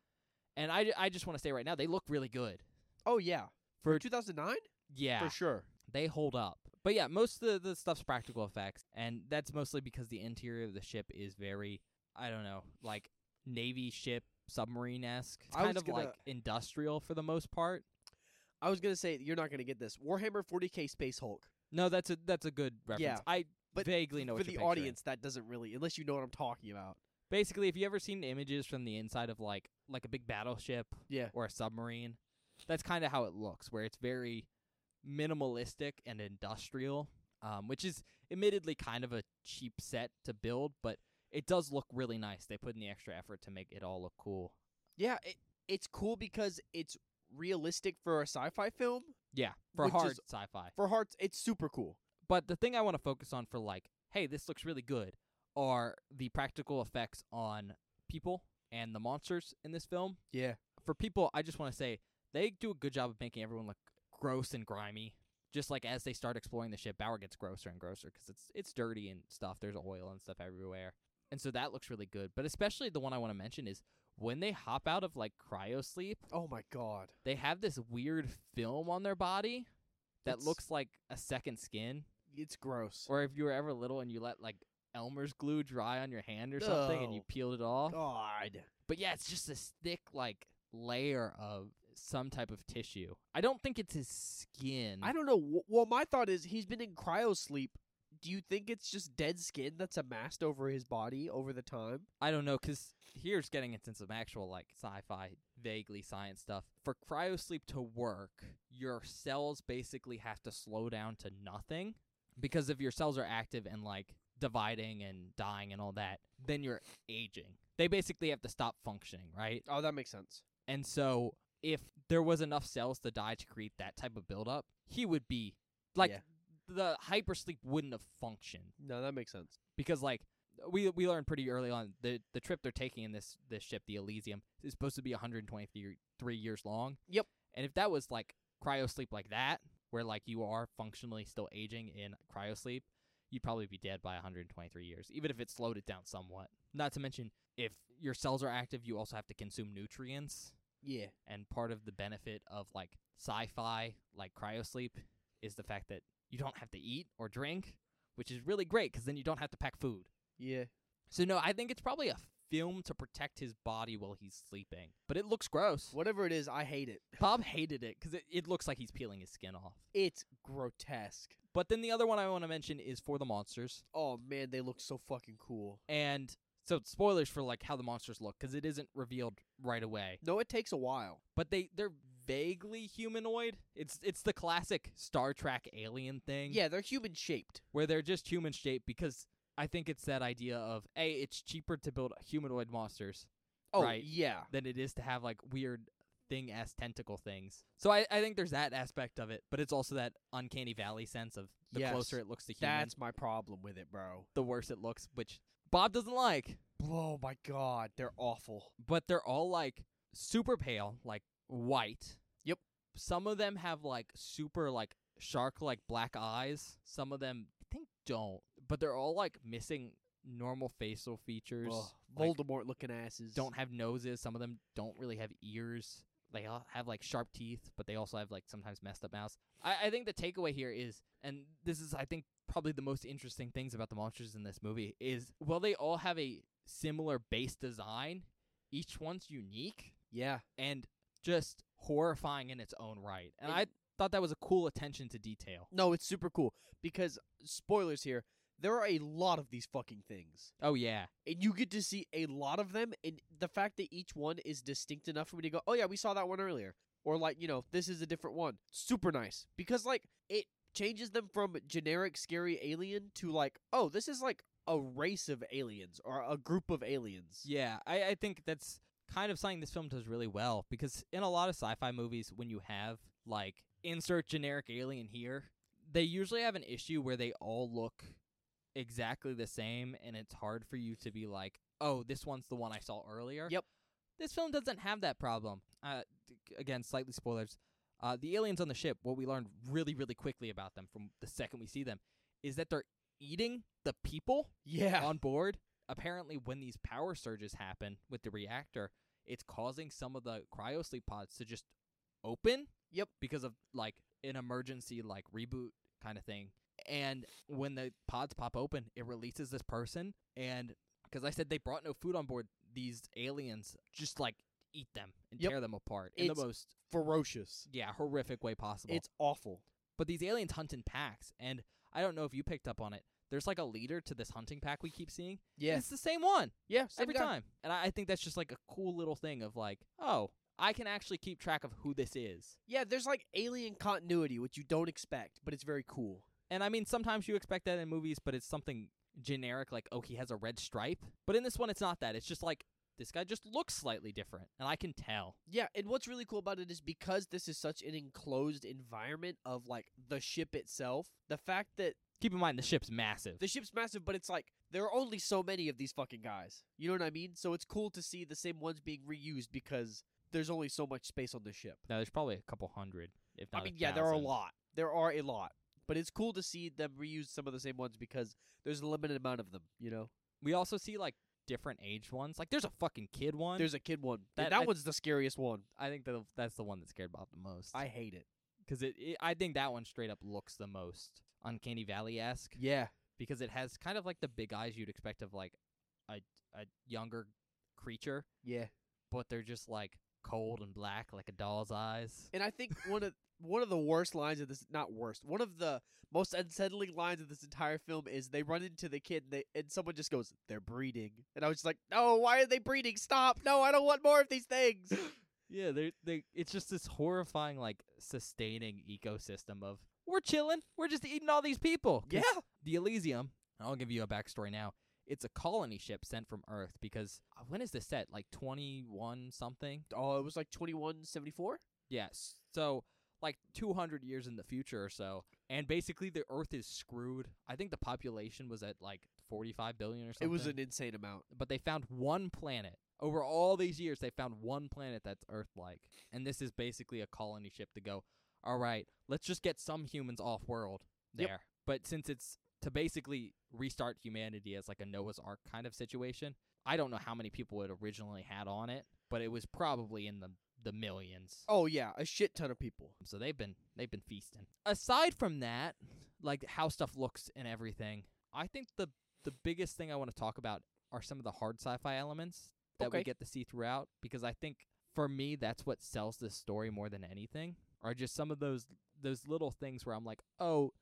S2: And I, I just want to say right now, they look really good.
S1: Oh yeah.
S2: For
S1: 2009?
S2: yeah,
S1: For sure.
S2: they hold up. But yeah, most of the, the stuff's practical effects, and that's mostly because the interior of the ship is very, I don't know, like navy ship submarine esque. It's
S1: I
S2: kind
S1: was
S2: of
S1: gonna-
S2: like industrial for the most part.
S1: I was gonna say you're not gonna get this Warhammer 40k Space Hulk,
S2: No, that's a that's a good reference.
S1: Yeah,
S2: I
S1: but
S2: vaguely know
S1: for
S2: what
S1: the
S2: you're picturing.
S1: audience that doesn't really, unless you know what I'm talking about.
S2: Basically, if you ever seen images from the inside of like like a big battleship
S1: Yeah.
S2: or a submarine, that's kind of how it looks, where it's very minimalistic and industrial, um, which is admittedly kind of a cheap set to build, but it does look really nice. They put in the extra effort to make it all look cool.
S1: Yeah, it, it's cool because it's realistic for a sci-fi film.
S2: Yeah, for
S1: Which
S2: hard
S1: is-
S2: sci-fi.
S1: For hearts, it's super cool.
S2: But the thing I want to focus on for like, hey, this looks really good, are the practical effects on people and the monsters in this film.
S1: Yeah.
S2: for people, I just want to say they do a good job of making everyone look gross and grimy. Just like as they start exploring the ship, Bauer gets grosser and grosser because it's it's dirty and stuff. There's oil and stuff everywhere, and so that looks really good. But especially the one I want to mention is when they hop out of like cryo sleep,
S1: Oh my god.
S2: they have this weird film on their body that
S1: It's-
S2: looks like a second skin.
S1: It's gross.
S2: Or if you were ever little and you let like Elmer's glue dry on your hand or something, and you
S1: No.
S2: peeled it off,
S1: God.
S2: but yeah, it's just this thick like layer of some type of tissue. I don't think it's his skin.
S1: I don't know. W- Well, my thought is he's been in cryo sleep. Do you think it's just dead skin that's amassed over his body over the time?
S2: I don't know because here's getting into some actual like sci-fi, vaguely science stuff. For cryosleep to work, your cells basically have to slow down to nothing because if your cells are active and like dividing and dying and all that, then you're aging. They basically have to stop functioning, right?
S1: Oh, that makes sense.
S2: And so if there was enough cells to die to create that type of buildup, he would be like
S1: Yeah.
S2: the hypersleep wouldn't have functioned
S1: No, that makes sense.
S2: because like we we learned pretty early on the the trip they're taking in this this ship the Elysium is supposed to be 123 three years long.
S1: Yep.
S2: And if that was like cryosleep like that where like you are functionally still aging in cryosleep, you'd probably be dead by 123 years even if it slowed it down somewhat. Not to mention if your cells are active, you also have to consume nutrients
S1: Yeah.
S2: and part of the benefit of like sci-fi like cryosleep is the fact that you don't have to eat or drink which is really great because then you don't have to pack food
S1: Yeah.
S2: so no i think it's probably a film to protect his body while he's sleeping but it looks gross
S1: Whatever it is, I hate it.
S2: bob hated it because it, it looks like he's peeling his skin off
S1: It's grotesque.
S2: but then the other one i want to mention is for the monsters
S1: Oh man, they look so fucking cool.
S2: and so spoilers for like how the monsters look because it isn't revealed right away
S1: No, it takes a while.
S2: but they they're vaguely humanoid it's it's the classic star trek alien thing
S1: Yeah, they're human shaped.
S2: where they're just human shaped because I think it's that idea of a it's cheaper to build humanoid monsters
S1: Oh
S2: Right.
S1: yeah.
S2: than it is to have like weird thing ass tentacle things. So I, I think there's that aspect of it, but it's also that uncanny valley sense of the
S1: Yes,
S2: closer it looks to human,
S1: That's my problem with it, bro.
S2: the worse it looks, which Bob doesn't like.
S1: Oh my god, they're awful.
S2: But they're all like super pale, like white.
S1: Yep.
S2: Some of them have like super like shark like black eyes. Some of them I think don't, but they're all like missing normal facial features.
S1: Ugh,
S2: like-
S1: Voldemort looking asses.
S2: don't have noses. Some of them don't really have ears. They all have like sharp teeth, but they also have like sometimes messed up mouths. I, I think the takeaway here is, and this is I think probably the most interesting things about the monsters in this movie is while they all have a similar base design, each one's unique
S1: Yeah.
S2: and just horrifying in its own right. And I
S1: And-
S2: thought that was a cool attention to detail.
S1: No, it's super cool because spoilers here. There are a lot of these fucking things,
S2: Oh yeah,
S1: and you get to see a lot of them. And the fact that each one is distinct enough for me to go, "Oh yeah, we saw that one earlier," or like you know, this is a different one. Super nice because like it changes them from generic scary alien to like, oh, this is like a race of aliens or a group of aliens.
S2: Yeah, I, I think that's kind of something this film does really well because in a lot of sci fi movies, when you have like insert generic alien here, they usually have an issue where they all look exactly the same and it's hard for you to be like, oh, this one's the one I saw earlier.
S1: Yep.
S2: This film doesn't have that problem. Uh, d- again, slightly spoilers. Uh, the aliens on the ship, what we learned really, really quickly about them from the second we see them is that they're eating the people
S1: Yeah.
S2: on board. Apparently, when these power surges happen with the reactor, it's causing some of the cryosleep pods to just open.
S1: Yep.
S2: Because of like an emergency like reboot kind of thing. And when the pods pop open, it releases this person. And because I said they brought no food on board, these aliens just like eat them and
S1: Yep.
S2: tear them apart in
S1: It's-
S2: the most
S1: Ferocious.
S2: yeah horrific way possible.
S1: It's awful.
S2: but these aliens hunt in packs, and I don't know if you picked up on it. There's like a leader to this hunting pack we keep seeing. and
S1: Yeah.
S2: it's the same one
S1: Yeah. same
S2: every
S1: guy.
S2: time. And I I think that's just like a cool little thing of like, oh, I can actually keep track of who this is.
S1: Yeah, there's like alien continuity, which you don't expect, but it's very cool.
S2: And I mean, sometimes you expect that in movies, but it's something generic like, oh, he has a red stripe. But in this one, it's not that. It's just like, this guy just looks slightly different, and I can tell.
S1: Yeah, and what's really cool about it is because this is such an enclosed environment of like the ship itself, the fact that
S2: Keep in mind, the ship's massive.
S1: the ship's massive, but it's like there are only so many of these fucking guys. You know what I mean? So it's cool to see the same ones being reused because there's only so much space on the ship.
S2: now, there's probably a couple hundred, if not
S1: I
S2: a
S1: mean, yeah, there are a
S2: thousand.
S1: lot. There are a lot. But it's cool to see them reuse some of the same ones because there's a limited amount of them, you know?
S2: We also see like different aged ones. Like, there's a fucking kid one.
S1: There's a kid one. That,
S2: That-
S1: that
S2: I-
S1: one's the scariest one.
S2: I think that that's the one that scared Bob the most.
S1: I hate it.
S2: because it, it, I think that one straight up looks the most uncanny valley esque.
S1: Yeah.
S2: because it has kind of like the big eyes you'd expect of like a a younger creature,
S1: Yeah.
S2: but they're just like cold and black like a doll's eyes.
S1: And I think one of one of the worst lines of this not worst, one of the most unsettling lines of this entire film is they run into the kid and, they, and someone just goes, They're breeding. And I was just like, No, why are they breeding? Stop. No, I don't want more of these things.
S2: Yeah, they they it's just this horrifying like sustaining ecosystem of we're chilling, we're just eating all these people. 'Cause the Elysium. I'll give you a backstory now. It's a colony ship sent from Earth because uh, when is this set? Like twenty one something.
S1: Oh, it was like twenty one seventy four?
S2: Yes. So like 200 years in the future or so and basically the earth is screwed. I think the population was at like 45 billion or
S1: It
S2: something.
S1: was an insane amount.
S2: but they found one planet. Over all these years they found one planet that's earth-like. And this is basically a colony ship to go, "All right, let's just get some humans off world there."
S1: Yep.
S2: But since it's to basically restart humanity as like a Noah's Ark kind of situation, I don't know how many people it originally had on it, but it was probably in the the millions.
S1: Oh yeah, a shit ton of people.
S2: So they've been they've been feasting. Aside from that, like how stuff looks and everything, I think the the biggest thing I want to talk about are some of the hard sci-fi elements that we
S1: Okay.
S2: get to see throughout because I think for me that's what sells this story more than anything are just some of those those little things where I'm like, "Oh,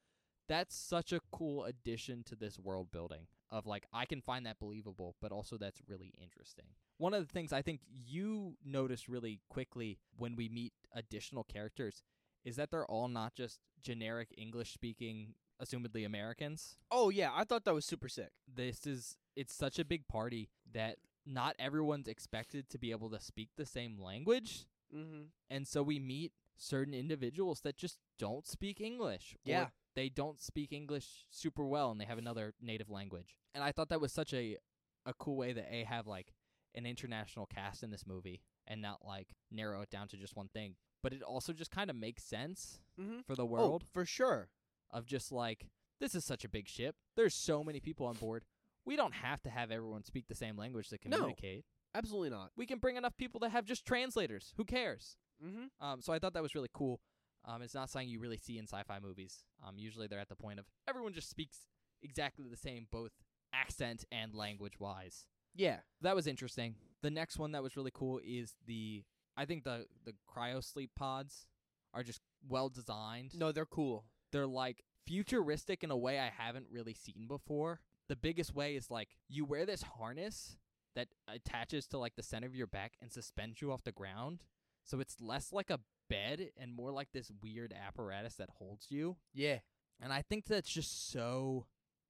S2: that's such a cool addition to this world building." Of like I can find that believable, but also that's really interesting. One of the things I think you notice really quickly when we meet additional characters is that they're all not just generic English speaking, assumedly Americans.
S1: Oh yeah, I thought that was super sick.
S2: This is it's such a big party that not everyone's expected to be able to speak the same language.
S1: Mm-hmm.
S2: And so we meet certain individuals that just don't speak English. or
S1: Yeah.
S2: they don't speak English super well and they have another native language. And I thought that was such a a cool way that A have like an international cast in this movie and not like narrow it down to just one thing. But it also just kind of makes sense
S1: Mhm.
S2: for the world
S1: for sure.
S2: of just like this is such a big ship. There's so many people on board. We don't have to have everyone speak the same language to
S1: No.
S2: communicate.
S1: Absolutely not.
S2: We can bring enough people to have just translators. Who cares?
S1: Mm-hmm.
S2: Um, so I thought that was really cool. Um, it's not something you really see in sci-fi movies. Um, usually they're at the point of everyone just speaks exactly the same, both accent and language-wise.
S1: Yeah.
S2: That was interesting. The next one that was really cool is the I think the the cryo sleep pods are just well designed.
S1: No, they're cool.
S2: They're like futuristic in a way I haven't really seen before. The biggest way is like you wear this harness that attaches to like the center of your back and suspends you off the ground. So it's less like a bed and more like this weird apparatus that holds you.
S1: Yeah.
S2: And I think that's just so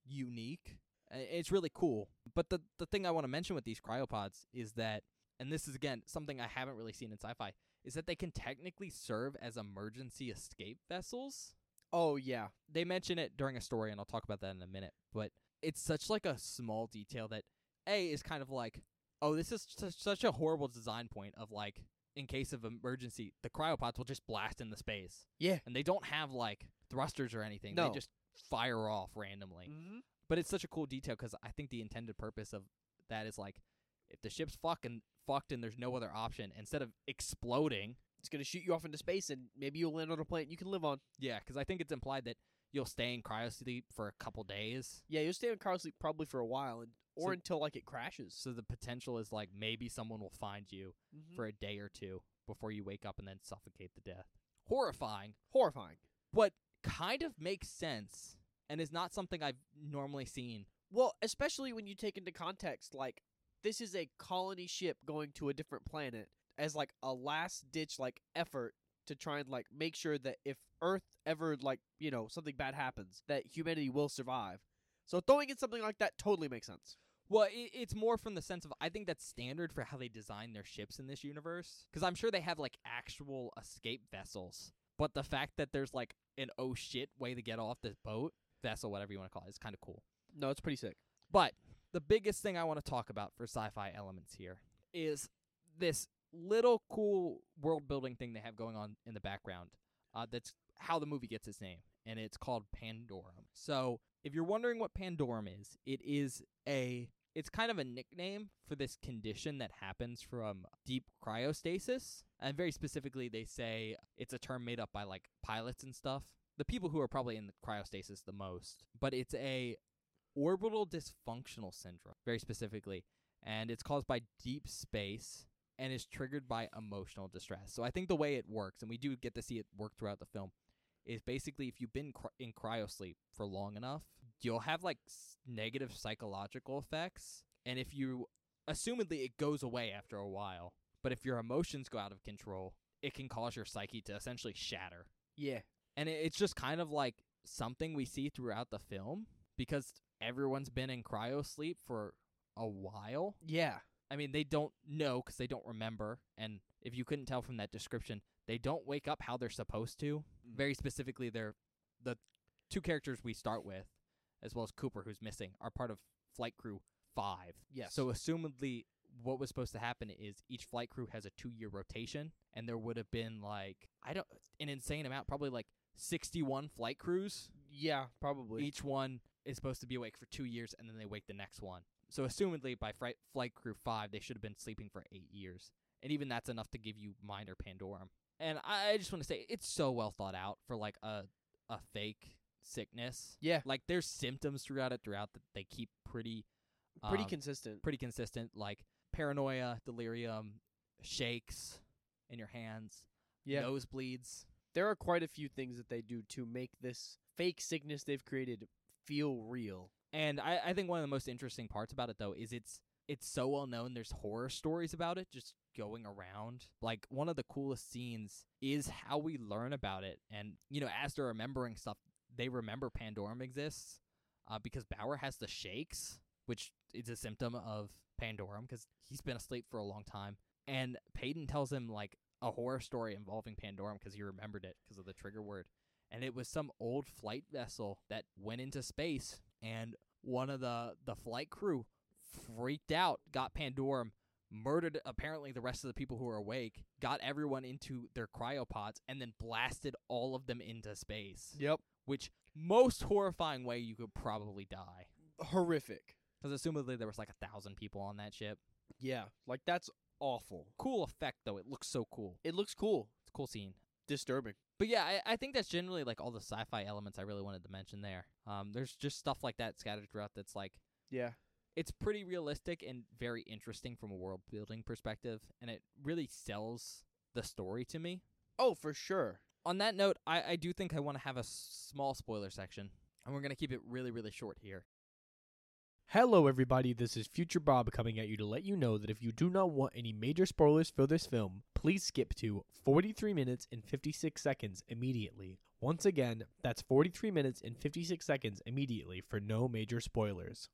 S2: unique. I- It's really cool. But the, the thing I want to mention with these cryopods is that, and this is again something I haven't really seen in sci fi, is that they can technically serve as emergency escape vessels
S1: Oh yeah.
S2: they mention it during a story and I'll talk about that in a minute, but it's such like a small detail that A is kind of like, oh, this is su- such a horrible design point of like in case of emergency, the cryopods will just blast into space.
S1: Yeah.
S2: And they don't have like thrusters or anything.
S1: No.
S2: They just fire off randomly.
S1: Mm-hmm.
S2: But it's such a cool detail cuz I think the intended purpose of that is like if the ship's fucking fucked and there's no other option, instead of exploding,
S1: It's gonna shoot you off into space, and maybe you'll land on a planet you can live on.
S2: Yeah, because I think it's implied that you'll stay in cryosleep for a couple days.
S1: Yeah, you'll stay in cryosleep probably for a while, and or
S2: So-
S1: until like it crashes.
S2: So the potential is like maybe someone will find you
S1: Mhm.
S2: for a day or two before you wake up and then suffocate to death. Horrifying,
S1: Horrifying.
S2: but kind of makes sense and is not something I've normally seen.
S1: Well, especially when you take into context like this is a colony ship going to a different planet as like a last ditch like effort to try and like make sure that if Earth ever like, you know, something bad happens, that humanity will survive. So throwing in something like that totally makes sense.
S2: Well, it, it's more from the sense of I think that's standard for how they design their ships in this universe. Because I'm sure they have like actual escape vessels, but the fact that there's like an oh shit way to get off this boat vessel, whatever you want to call it, is kind of cool.
S1: No, it's pretty sick.
S2: But the biggest thing I want to talk about for sci-fi elements here is this little cool world building thing they have going on in the background. Uh, that's how the movie gets its name, and it's called Pandorum. So if you're wondering what Pandorum is, it is a it's kind of a nickname for this condition that happens from deep cryostasis. And very specifically, they say it's a term made up by like pilots and stuff, the people who are probably in the cryostasis the most. But it's a orbital dysfunctional syndrome, very specifically, and it's caused by deep space and is triggered by emotional distress. So I think the way it works, and we do get to see it work throughout the film, is basically if you've been cr- in cryosleep for long enough, you'll have like s- negative psychological effects, and if you assumedly it goes away after a while, but if your emotions go out of control, it can cause your psyche to essentially shatter
S1: Yeah.
S2: and it, it's just kind of like something we see throughout the film because everyone's been in cryo sleep for a while.
S1: Yeah.
S2: I mean, they don't know because they don't remember, and if you couldn't tell from that description, they don't wake up how they're supposed to.
S1: Mm.
S2: Very specifically, they're the two characters we start with, as well as Cooper, who's missing, are part of flight crew five.
S1: Yes.
S2: So assumedly, what was supposed to happen is each flight crew has a two-year rotation, and there would have been like I don't an insane amount, probably like sixty-one flight crews.
S1: Yeah, probably.
S2: Each one is supposed to be awake for two years, and then they wake the next one. So assumedly, by fri- flight crew five, they should have been sleeping for eight years, and even that's enough to give you mind or Pandorum. And I, I just want to say it's so well thought out for like a a fake sickness.
S1: Yeah.
S2: like there's symptoms throughout it throughout that they keep pretty
S1: pretty
S2: um,
S1: consistent.
S2: pretty consistent, like paranoia, delirium, shakes in your hands,
S1: Yeah.
S2: nosebleeds.
S1: There are quite a few things that they do to make this fake sickness they've created feel real.
S2: And I, I think one of the most interesting parts about it though is it's it's so well known. There's horror stories about it just going around. Like one of the coolest scenes is how we learn about it, and you know, as they're remembering stuff, they remember Pandorum exists uh, because Bauer has the shakes, which is a symptom of Pandorum because he's been asleep for a long time. And Peyton tells him like a horror story involving Pandorum because he remembered it because of the trigger word. And it was some old flight vessel that went into space, and one of the the flight crew freaked out, got Pandorum, murdered apparently the rest of the people who were awake, got everyone into their cryopods, and then blasted all of them into space
S1: Yep.
S2: which most horrifying way you could probably die.
S1: Horrific.
S2: 'Cause assumedly there was like a thousand people on that ship.
S1: Yeah. Like that's awful.
S2: Cool effect though; it looks so cool.
S1: It looks cool.
S2: It's a cool scene.
S1: Disturbing.
S2: But yeah, I, I think that's generally like all the sci-fi elements I really wanted to mention there. Um, there's just stuff like that scattered throughout that's like
S1: Yeah.
S2: it's pretty realistic and very interesting from a world building perspective, and it really sells the story to me.
S1: Oh, for sure.
S2: on that note, I, I do think I want to have a s- small spoiler section, and we're going to keep it really, really short here.
S1: Hello, everybody. This is Future Bob coming at you to let you know that if you do not want any major spoilers for this film, please skip to 43 minutes and 56 seconds immediately. Once again, that's 43 minutes and 56 seconds immediately for no major spoilers.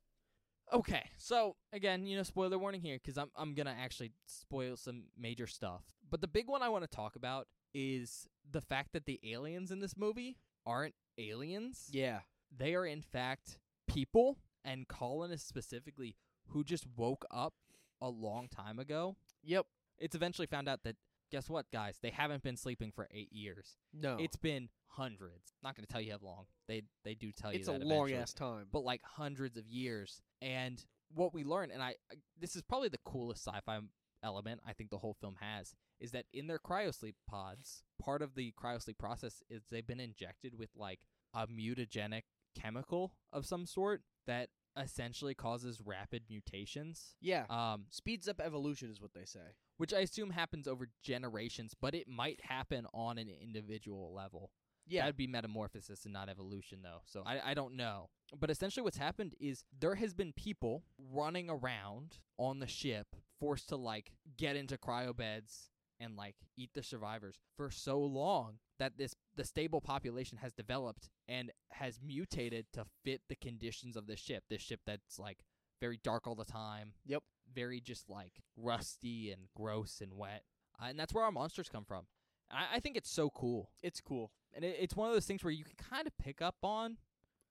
S2: Okay, so again, you know, spoiler warning here because I'm I'm gonna actually spoil some major stuff. But the big one I want to talk about is the fact that the aliens in this movie aren't aliens.
S1: Yeah.
S2: They are in fact people and colonists specifically who just woke up a long time ago.
S1: Yep.
S2: It's eventually found out that guess what, guys? They haven't been sleeping for eight years.
S1: No.
S2: It's been hundreds. Not gonna tell you how long. They they do tell you.
S1: it's a
S2: that
S1: long
S2: eventually
S1: ass time.
S2: but like hundreds of years. And what we learn, and I, I this is probably the coolest sci-fi m- element I think the whole film has is that in their cryosleep pods, part of the cryosleep process is they've been injected with like a mutagenic chemical of some sort that essentially causes rapid mutations.
S1: Yeah.
S2: Um,
S1: Speeds up evolution is what they say.
S2: which I assume happens over generations, but it might happen on an individual level.
S1: Yeah.
S2: That'd be metamorphosis and not evolution, though. So I, I don't know. But essentially, what's happened is there has been people running around on the ship, forced to like get into cryo beds and like eat the survivors for so long that this the stable population has developed and has mutated to fit the conditions of the ship. This ship that's like very dark all the time.
S1: Yep.
S2: Very just like rusty and gross and wet. Uh, and that's where our monsters come from. I, I think it's so cool
S1: it's cool.
S2: and it, it's one of those things where you can kind of pick up on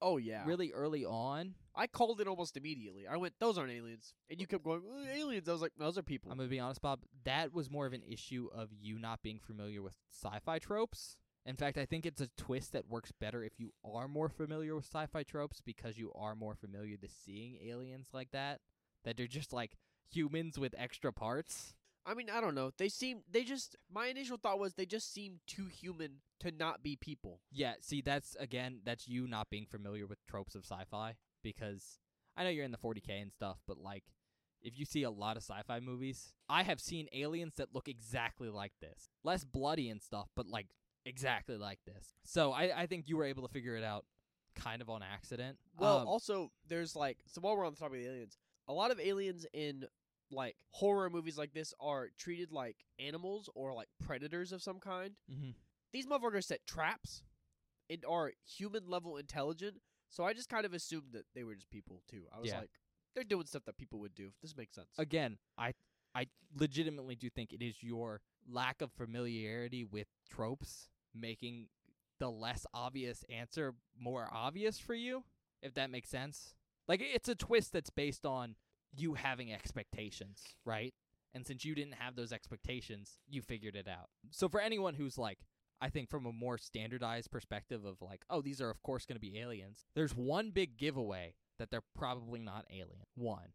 S1: Oh yeah.
S2: really early on.
S1: I called it almost immediately. I went, "Those aren't aliens," and you kept going, "Uh, "Aliens." I was like, "Those are people."
S2: I'm gonna be honest, Bob. That was more of an issue of you not being familiar with sci-fi tropes. In fact, I think it's a twist that works better if you are more familiar with sci-fi tropes because you are more familiar to seeing aliens like that. That they're just like humans with extra parts.
S1: I mean, I don't know. They seem. They just. My initial thought was they just seem too human to not be people.
S2: Yeah, see, that's again, that's you not being familiar with tropes of sci-fi because I know you're in the 40k and stuff, but like, if you see a lot of sci-fi movies, I have seen aliens that look exactly like this, less bloody and stuff, but like exactly like this. So I, I think you were able to figure it out kind of on accident.
S1: Well,
S2: Um,
S1: also there's like so while we're on the topic of the aliens, a lot of aliens in like horror movies like this are treated like animals or like predators of some kind.
S2: mhm.
S1: These motherfuckers set traps and are human level intelligent, so I just kind of assumed that they were just people too. I was
S2: Yeah.
S1: like, they're doing stuff that people would do. This makes sense.
S2: again, I I legitimately do think it is your lack of familiarity with tropes making the less obvious answer more obvious for you, if that makes sense. Like it's a twist that's based on you having expectations, right? And since you didn't have those expectations, you figured it out. So for anyone who's like I think from a more standardized perspective of like, oh, these are of course going to be aliens. There's one big giveaway that they're probably not alien. One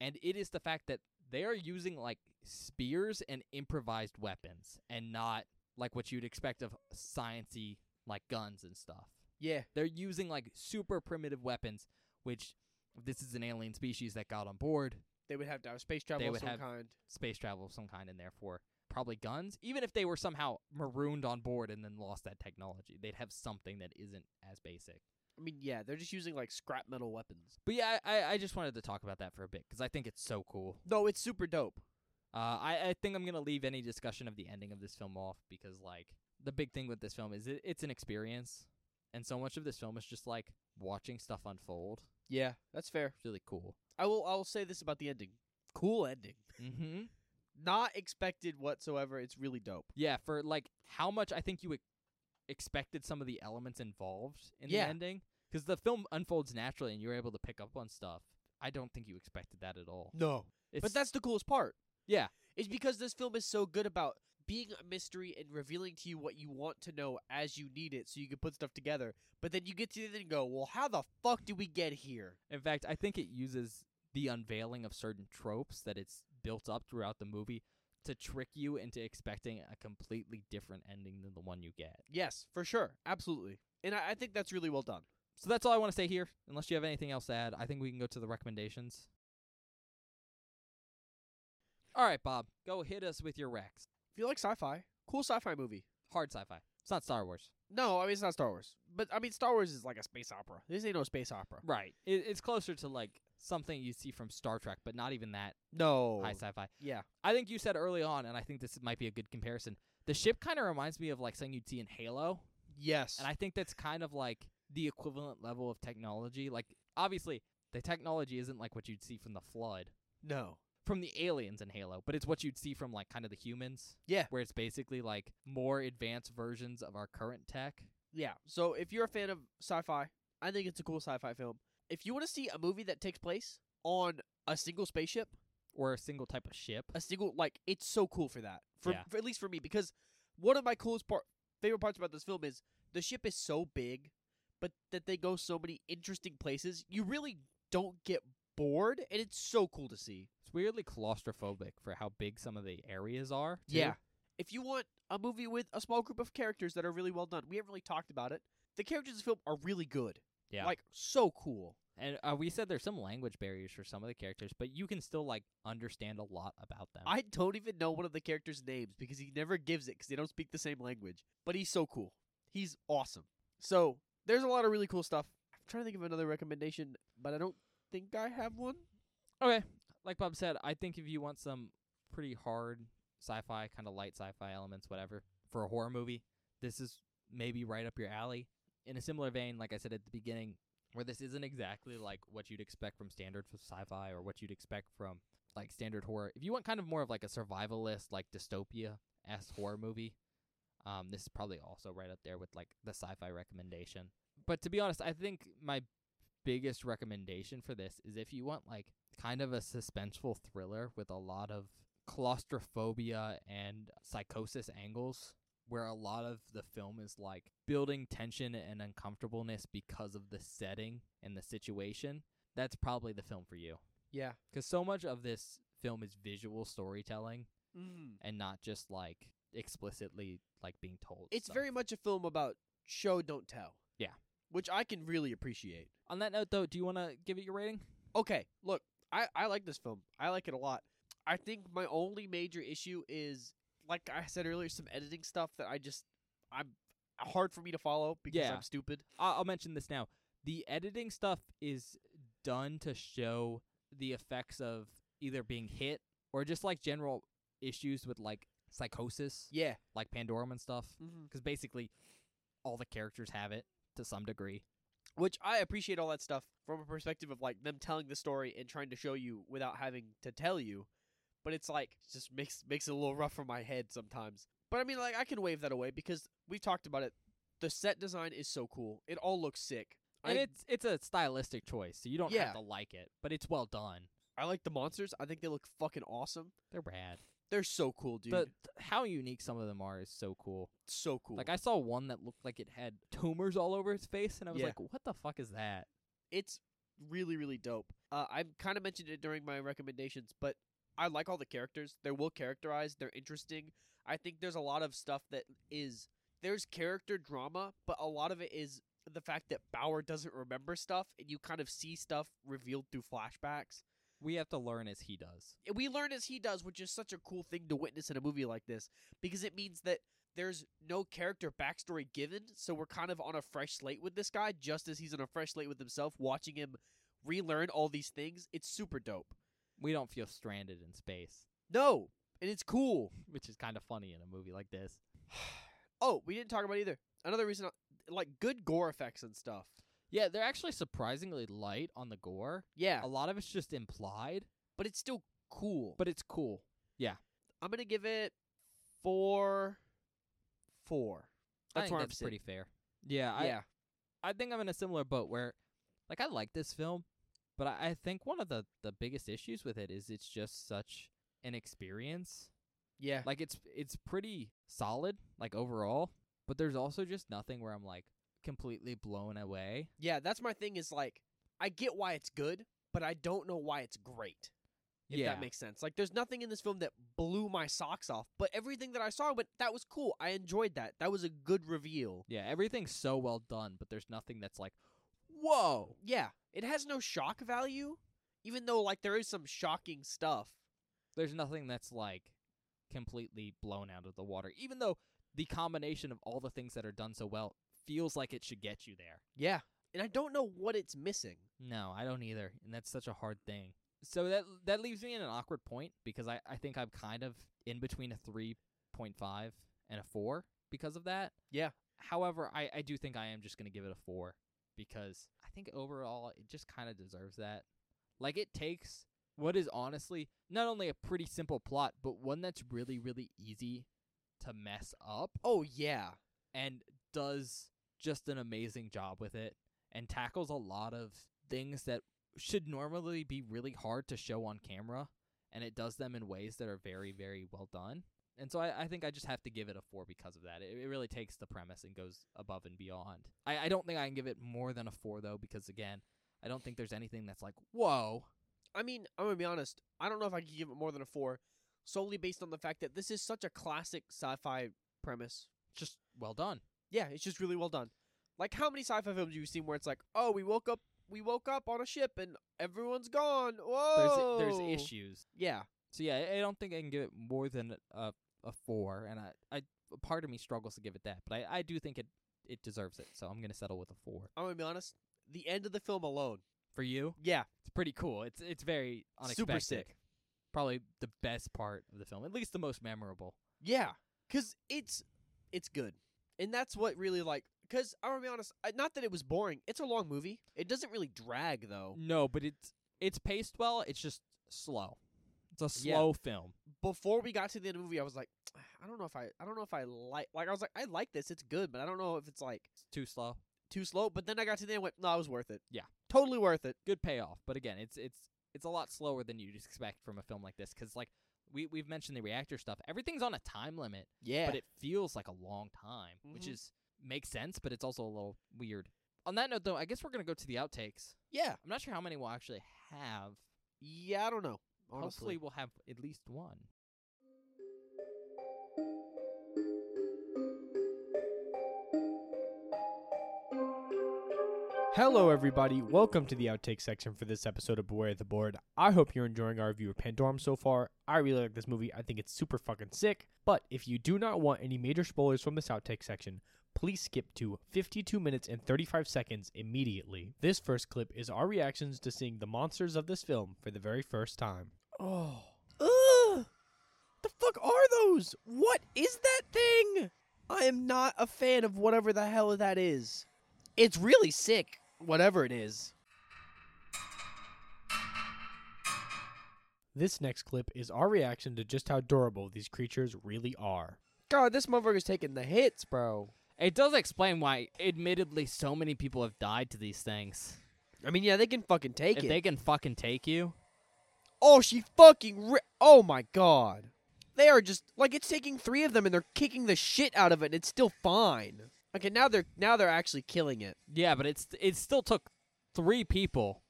S2: and it is the fact that they are using like spears and improvised weapons and not like what you'd expect of sciency like guns and stuff
S1: yeah.
S2: they're using like super primitive weapons which if this is an alien species that got on board
S1: They would have to have space travel
S2: They
S1: of
S2: would
S1: some
S2: have-
S1: kind.
S2: space travel of some kind and therefore probably guns even if they were somehow marooned on board and then lost that technology they'd have something that isn't as basic
S1: I mean, yeah, they're just using like scrap metal weapons.
S2: but yeah i, I- I just wanted to talk about that for a bit because i think it's so cool
S1: No, it's super dope.
S2: Uh, I, I think I'm gonna leave any discussion of the ending of this film off because like the big thing with this film is it, it's an experience, and so much of this film is just like watching stuff unfold.
S1: Yeah, that's fair.
S2: It's really cool.
S1: I will I will say this about the ending. Cool ending.
S2: Mm-hmm.
S1: Not expected whatsoever. It's really dope.
S2: Yeah, for like how much I think you e- expected some of the elements involved in
S1: Yeah.
S2: the ending because the film unfolds naturally and you're able to pick up on stuff. I don't think you expected that at all.
S1: No.
S2: It's,
S1: but that's the coolest part.
S2: yeah,
S1: It's because this film is so good about being a mystery and revealing to you what you want to know as you need it so you can put stuff together. But then you get to the end and go, Well, how the fuck did we get here?
S2: In fact, I think it uses the unveiling of certain tropes that it's built up throughout the movie to trick you into expecting a completely different ending than the one you get.
S1: Yes, for sure. Absolutely. And I, I think that's really well done.
S2: So that's all I want to say here. Unless you have anything else to add, I think we can go to the recommendations. All right, Bob, go hit us with your recs.
S1: If you like sci fi, cool sci fi movie.
S2: Hard sci-fi. It's not Star Wars.
S1: No, I mean it's not Star Wars. But I mean Star Wars is like a space opera. This ain't no space opera.
S2: Right. It, it's closer to like something you see from Star Trek, but not even that
S1: No.
S2: high sci-fi.
S1: yeah.
S2: I think you said early on, and I think this might be a good comparison. The ship kind of reminds me of like something you'd see in Halo,
S1: Yes.
S2: and I think that's kind of like the equivalent level of technology. Like obviously, the technology isn't like what you'd see from the flood,
S1: no.
S2: from the aliens in Halo, but it's what you'd see from like kind of the humans.
S1: Yeah.
S2: where it's basically like more advanced versions of our current tech.
S1: Yeah. So if you're a fan of sci-fi, I think it's a cool sci-fi film. If you want to see a movie that takes place on a single spaceship,
S2: Or a single type of ship.
S1: a single like it's so cool for that. For,
S2: Yeah.
S1: for at least for me because one of my coolest part favorite parts about this film is the ship is so big but that they go so many interesting places. You really don't get bored, and it's so cool to see.
S2: It's weirdly claustrophobic for how big some of the areas are. too.
S1: Yeah. If you want a movie with a small group of characters that are really well done, we haven't really talked about it. The characters in the film are really good.
S2: Yeah.
S1: Like, so cool.
S2: and uh, we said there's some language barriers for some of the characters, but you can still like understand a lot about them.
S1: I don't even know one of the characters' names because he never gives it because they don't speak the same language. But he's so cool. He's awesome. So, there's a lot of really cool stuff. I'm trying to think of another recommendation, but I don't think I have one.
S2: okay, like Bob said, I think if you want some pretty hard sci-fi, kind of light sci-fi elements, whatever, for a horror movie, this is maybe right up your alley. In a similar vein, like I said at the beginning, where this isn't exactly like what you'd expect from standard f- sci-fi or what you'd expect from like standard horror. If you want kind of more of like a survivalist, like dystopia esque horror movie, um, this is probably also right up there with like the sci-fi recommendation. But to be honest, I think my biggest recommendation for this is if you want like kind of a suspenseful thriller with a lot of claustrophobia and psychosis angles where a lot of the film is like building tension and uncomfortableness because of the setting and the situation that's probably the film for you
S1: Yeah.
S2: because so much of this film is visual storytelling
S1: Mm.
S2: and not just like explicitly like being told
S1: It's
S2: stuff.
S1: very much a film about show, don't tell.
S2: Yeah.
S1: Which I can really appreciate.
S2: on that note though do you want to give it your rating
S1: okay, look, I, I like this film. I like it a lot. I think my only major issue is, like I said earlier, some editing stuff that I just I'm hard for me to follow because
S2: Yeah.
S1: I'm stupid.
S2: I- I'll mention this now. The editing stuff is done to show the effects of either being hit or just like general issues with like psychosis,
S1: Yeah.
S2: like Pandorum and stuff.
S1: Mm-hmm.
S2: 'Cause basically, all the characters have it to some degree.
S1: Which I appreciate all that stuff from a perspective of like them telling the story and trying to show you without having to tell you. But it's like just makes makes it a little rough for my head sometimes. But I mean like I can wave that away because we talked about it. The set design is so cool. It all looks sick.
S2: And
S1: I,
S2: it's it's a stylistic choice, so you don't
S1: Yeah.
S2: have to like it, but it's well done.
S1: I like the monsters. I think they look fucking awesome.
S2: They're rad.
S1: They're so cool, dude.
S2: The, th- how unique some of them are is so cool.
S1: so cool.
S2: Like I saw one that looked like it had tumors all over its face, and I was
S1: Yeah.
S2: like, "What the fuck is that?"
S1: it's really really dope. Uh, I kind of mentioned it during my recommendations, but I like all the characters. They're well characterized. They're interesting. I think there's a lot of stuff that is there's character drama, but a lot of it is the fact that Bauer doesn't remember stuff, and you kind of see stuff revealed through flashbacks.
S2: We have to learn as he does.
S1: we learn as he does, which is such a cool thing to witness in a movie like this because it means that there's no character backstory given, so we're kind of on a fresh slate with this guy, just as he's on a fresh slate with himself, watching him relearn all these things. It's super dope.
S2: we don't feel stranded in space,
S1: No, and it's cool.
S2: which is kind of funny in a movie like this.
S1: Oh, we didn't talk about either. Another reason, I, like good gore effects and stuff.
S2: Yeah, they're actually surprisingly light on the gore.
S1: Yeah,
S2: A lot of it's just implied,
S1: but it's still cool. But
S2: but it's cool.
S1: I'm gonna give it four, four.
S2: I
S1: That's
S2: think
S1: where I'm
S2: that's
S1: sitting.
S2: pretty fair. Yeah, I,
S1: yeah,
S2: I think I'm in a similar boat where, like, I like this film, but I, I think one of the the biggest issues with it is it's just such an experience.
S1: yeah.
S2: Like, it's it's pretty solid, like overall, but there's also just nothing where I'm like completely blown away.
S1: Yeah, that's my thing is like I get why it's good, but I don't know why it's great. If
S2: yeah,
S1: that makes sense. Like there's nothing in this film that blew my socks off, but everything that I saw went that was cool. I enjoyed that. That was a good reveal.
S2: yeah, everything's so well done, but there's nothing that's like, whoa.
S1: Yeah, it has no shock value, even though like there is some shocking stuff.
S2: there's nothing that's like completely blown out of the water even though the combination of all the things that are done so well feels like it should get you there
S1: Yeah. And I don't know what it's missing.
S2: no i don't either and that's such a hard thing so that that leaves me in an awkward point because i, I think i'm kind of in between a 3.5 and a 4 because of that
S1: Yeah.
S2: however i, I do think i am just going to give it a 4 because i think overall it just kind of deserves that like it takes what is honestly not only a pretty simple plot, but one that's really, really easy to mess up
S1: Oh yeah.
S2: and does just an amazing job with it and tackles a lot of things that should normally be really hard to show on camera and it does them in ways that are very, very well done. And so I, I think I just have to give it a four because of that. It, it really takes the premise and goes above and beyond. I, I don't think I can give it more than a four though, because again, I don't think there's anything that's like, whoa,
S1: I mean, I'm gonna be honest. I don't know if I could give it more than a four, solely based on the fact that this is such a classic sci-fi premise.
S2: Just well done.
S1: Yeah, it's just really well done. Like how many sci-fi films you've seen where it's like, oh, we woke up, we woke up on a ship and everyone's gone. Whoa,
S2: There's there's issues.
S1: Yeah,
S2: So yeah, I- I don't think I can give it more than a a four, and I, I a part of me struggles to give it that, but I, I do think it it deserves it. So I'm gonna settle with a four.
S1: I'm gonna be honest. The end of the film alone.
S2: For you,
S1: Yeah,
S2: it's pretty cool. It's it's very unexpected.
S1: super sick.
S2: Probably the best part of the film, at least the most memorable.
S1: Yeah, cause it's it's good, and that's what really like. Cause I'm gonna be honest, I- not that it was boring. It's a long movie. It doesn't really drag though.
S2: No, but it's it's paced well. It's just slow. It's a
S1: Yeah.
S2: slow film.
S1: Before we got to the end of the movie, I was like, I don't know if I, I don't know if I like, like I was like, I like this. It's good, but I don't know if it's like
S2: It's too slow.
S1: too slow. But then I got to the end, and went, no, it was worth it.
S2: Yeah.
S1: totally worth it.
S2: Good payoff, but again, it's it's it's a lot slower than you'd expect from a film like this because like we we've mentioned the reactor stuff. Everything's on a time limit.
S1: Yeah,
S2: but it feels like a long time, which
S1: Mhm.
S2: is makes sense, but it's also a little weird. On that note, though, I guess we're gonna go to the outtakes.
S1: yeah,
S2: I'm not sure how many we'll actually have.
S1: yeah. I don't know. Honestly,
S2: Hopefully, we'll have at least one.
S1: Hello, everybody. Welcome to the outtake section for this episode of Beware the Board. I hope you're enjoying our review of Pandorum so far. I really like this movie. I think it's super fucking sick. But if you do not want any major spoilers from this outtake section, please skip to 52 minutes and 35 seconds immediately. This first clip is our reactions to seeing the monsters of this film for the very first time. Oh. Ugh! The fuck are those? What is that thing? I am not a fan of whatever the hell that is. It's really sick, whatever it is. This next clip is our reaction to just how durable these creatures really are. God, this motherfucker's taking the hits, bro.
S2: It does explain why, admittedly, so many people have died to these things.
S1: I mean, yeah, they can fucking take
S2: if
S1: it.
S2: they can fucking take you,
S1: oh, she fucking. Ri- oh my god. They are just like it's taking three of them and they're kicking the shit out of it and it's still fine. Okay, now they're now they're actually killing it.
S2: yeah, but it's it still took three people,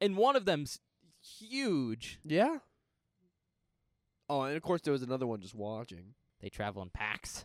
S2: and one of them's huge.
S1: Yeah. Oh, and of course there was another one just watching.
S2: They travel in packs.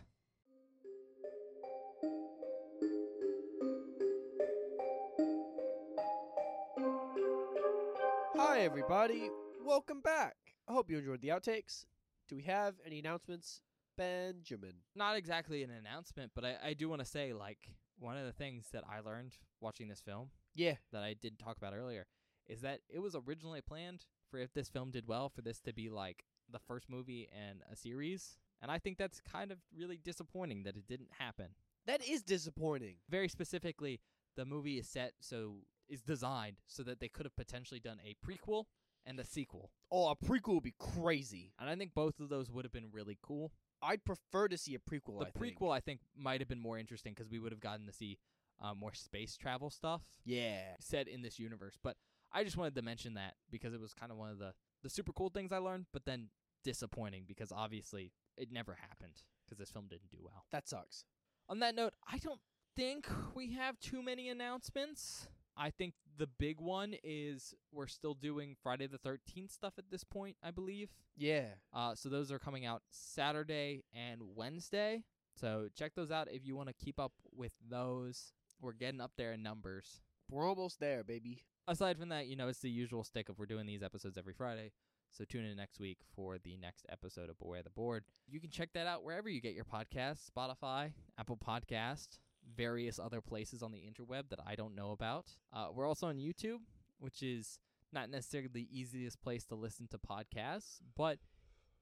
S1: Hi, everybody. Welcome back. I hope you enjoyed the outtakes. Do we have any announcements, Benjamin?
S2: not exactly an announcement, but I, I do want to say like one of the things that I learned watching this film
S1: Yeah.
S2: that I did talk about earlier is that it was originally planned for if this film did well for this to be like the first movie in a series. And I think that's kind of really disappointing that it didn't happen.
S1: That is disappointing.
S2: Very specifically, the movie is set so is designed so that they could have potentially done a prequel and a sequel.
S1: Oh, a prequel would be crazy.
S2: And I think both of those would have been really cool.
S1: I'd prefer to see a prequel.
S2: the
S1: I think.
S2: prequel I think might have been more interesting 'cause we would have gotten to see uh, more space travel stuff
S1: Yeah.
S2: set in this universe. But I just wanted to mention that because it was kind of one of the the super cool things I learned, but then disappointing because obviously it never happened 'cause this film didn't do well.
S1: That sucks.
S2: On that note, I don't think we have too many announcements. I think the big one is we're still doing Friday the 13th stuff at this point, I believe.
S1: Yeah.
S2: Uh, so those are coming out Saturday and Wednesday. So check those out if you want to keep up with those. We're getting up there in numbers.
S1: We're almost there, baby.
S2: Aside from that, you know, it's the usual stick of we're doing these episodes every Friday. So tune in next week for the next episode of Beware the Board. You can check that out wherever you get your podcasts, Spotify, Apple Podcast, various other places on the interweb that I don't know about. Uh, we're also on YouTube, which is not necessarily the easiest place to listen to podcasts, but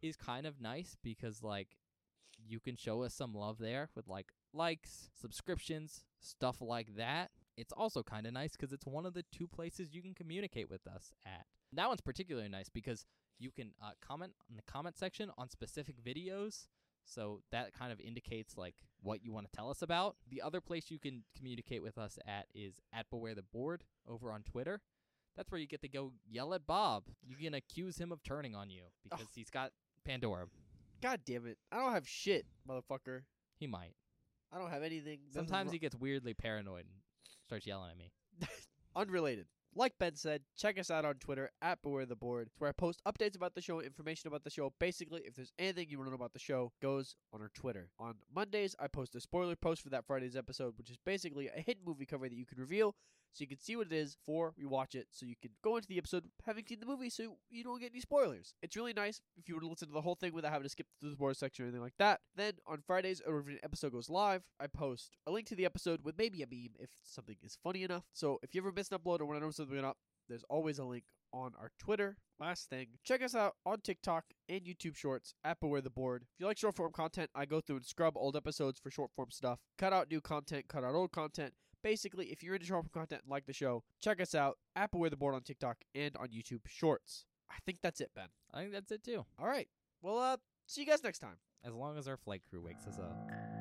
S2: is kind of nice because like you can show us some love there with like likes, subscriptions, stuff like that. It's also kind of nice 'cause it's one of the two places you can communicate with us at. That one's particularly nice because you can uh, comment in the comment section on specific videos. So that kind of indicates like what you want to tell us about. The other place you can communicate with us at is at Beware the Board over on Twitter. That's where you get to go yell at Bob. You can accuse him of turning on you because he's got Pandora.
S1: God damn it. I don't have shit, motherfucker.
S2: He might.
S1: I don't have anything. Nothing
S2: Sometimes
S1: wrong-
S2: he gets weirdly paranoid and starts yelling at me.
S1: unrelated. Like Ben said, check us out on Twitter at Beware the Board, where I post updates about the show, information about the show. Basically, if there's anything you want to know about the show, goes on our Twitter. On Mondays, I post a spoiler post for that Friday's episode, which is basically a hidden movie cover that you can reveal so you can see what it is before we watch it. So you can go into the episode having seen the movie, so you don't get any spoilers. It's really nice if you were to listen to the whole thing without having to skip through the spoiler section or anything like that. Then on Fridays, or if an episode goes live, I post a link to the episode with maybe a meme if something is funny enough. So if you ever miss an upload or want to know something up, there's always a link on our Twitter. Last thing, check us out on TikTok and YouTube Shorts at Beware the Board. If you like short form content, I go through and scrub old episodes for short form stuff, cut out new content, cut out old content. Basically, if you're into short form content and like the show, check us out at Beware the Board on TikTok and on YouTube Shorts. I think that's it, Ben.
S2: I think that's it too.
S1: All right. Well, uh, see you guys next time.
S2: As long as our flight crew wakes us up.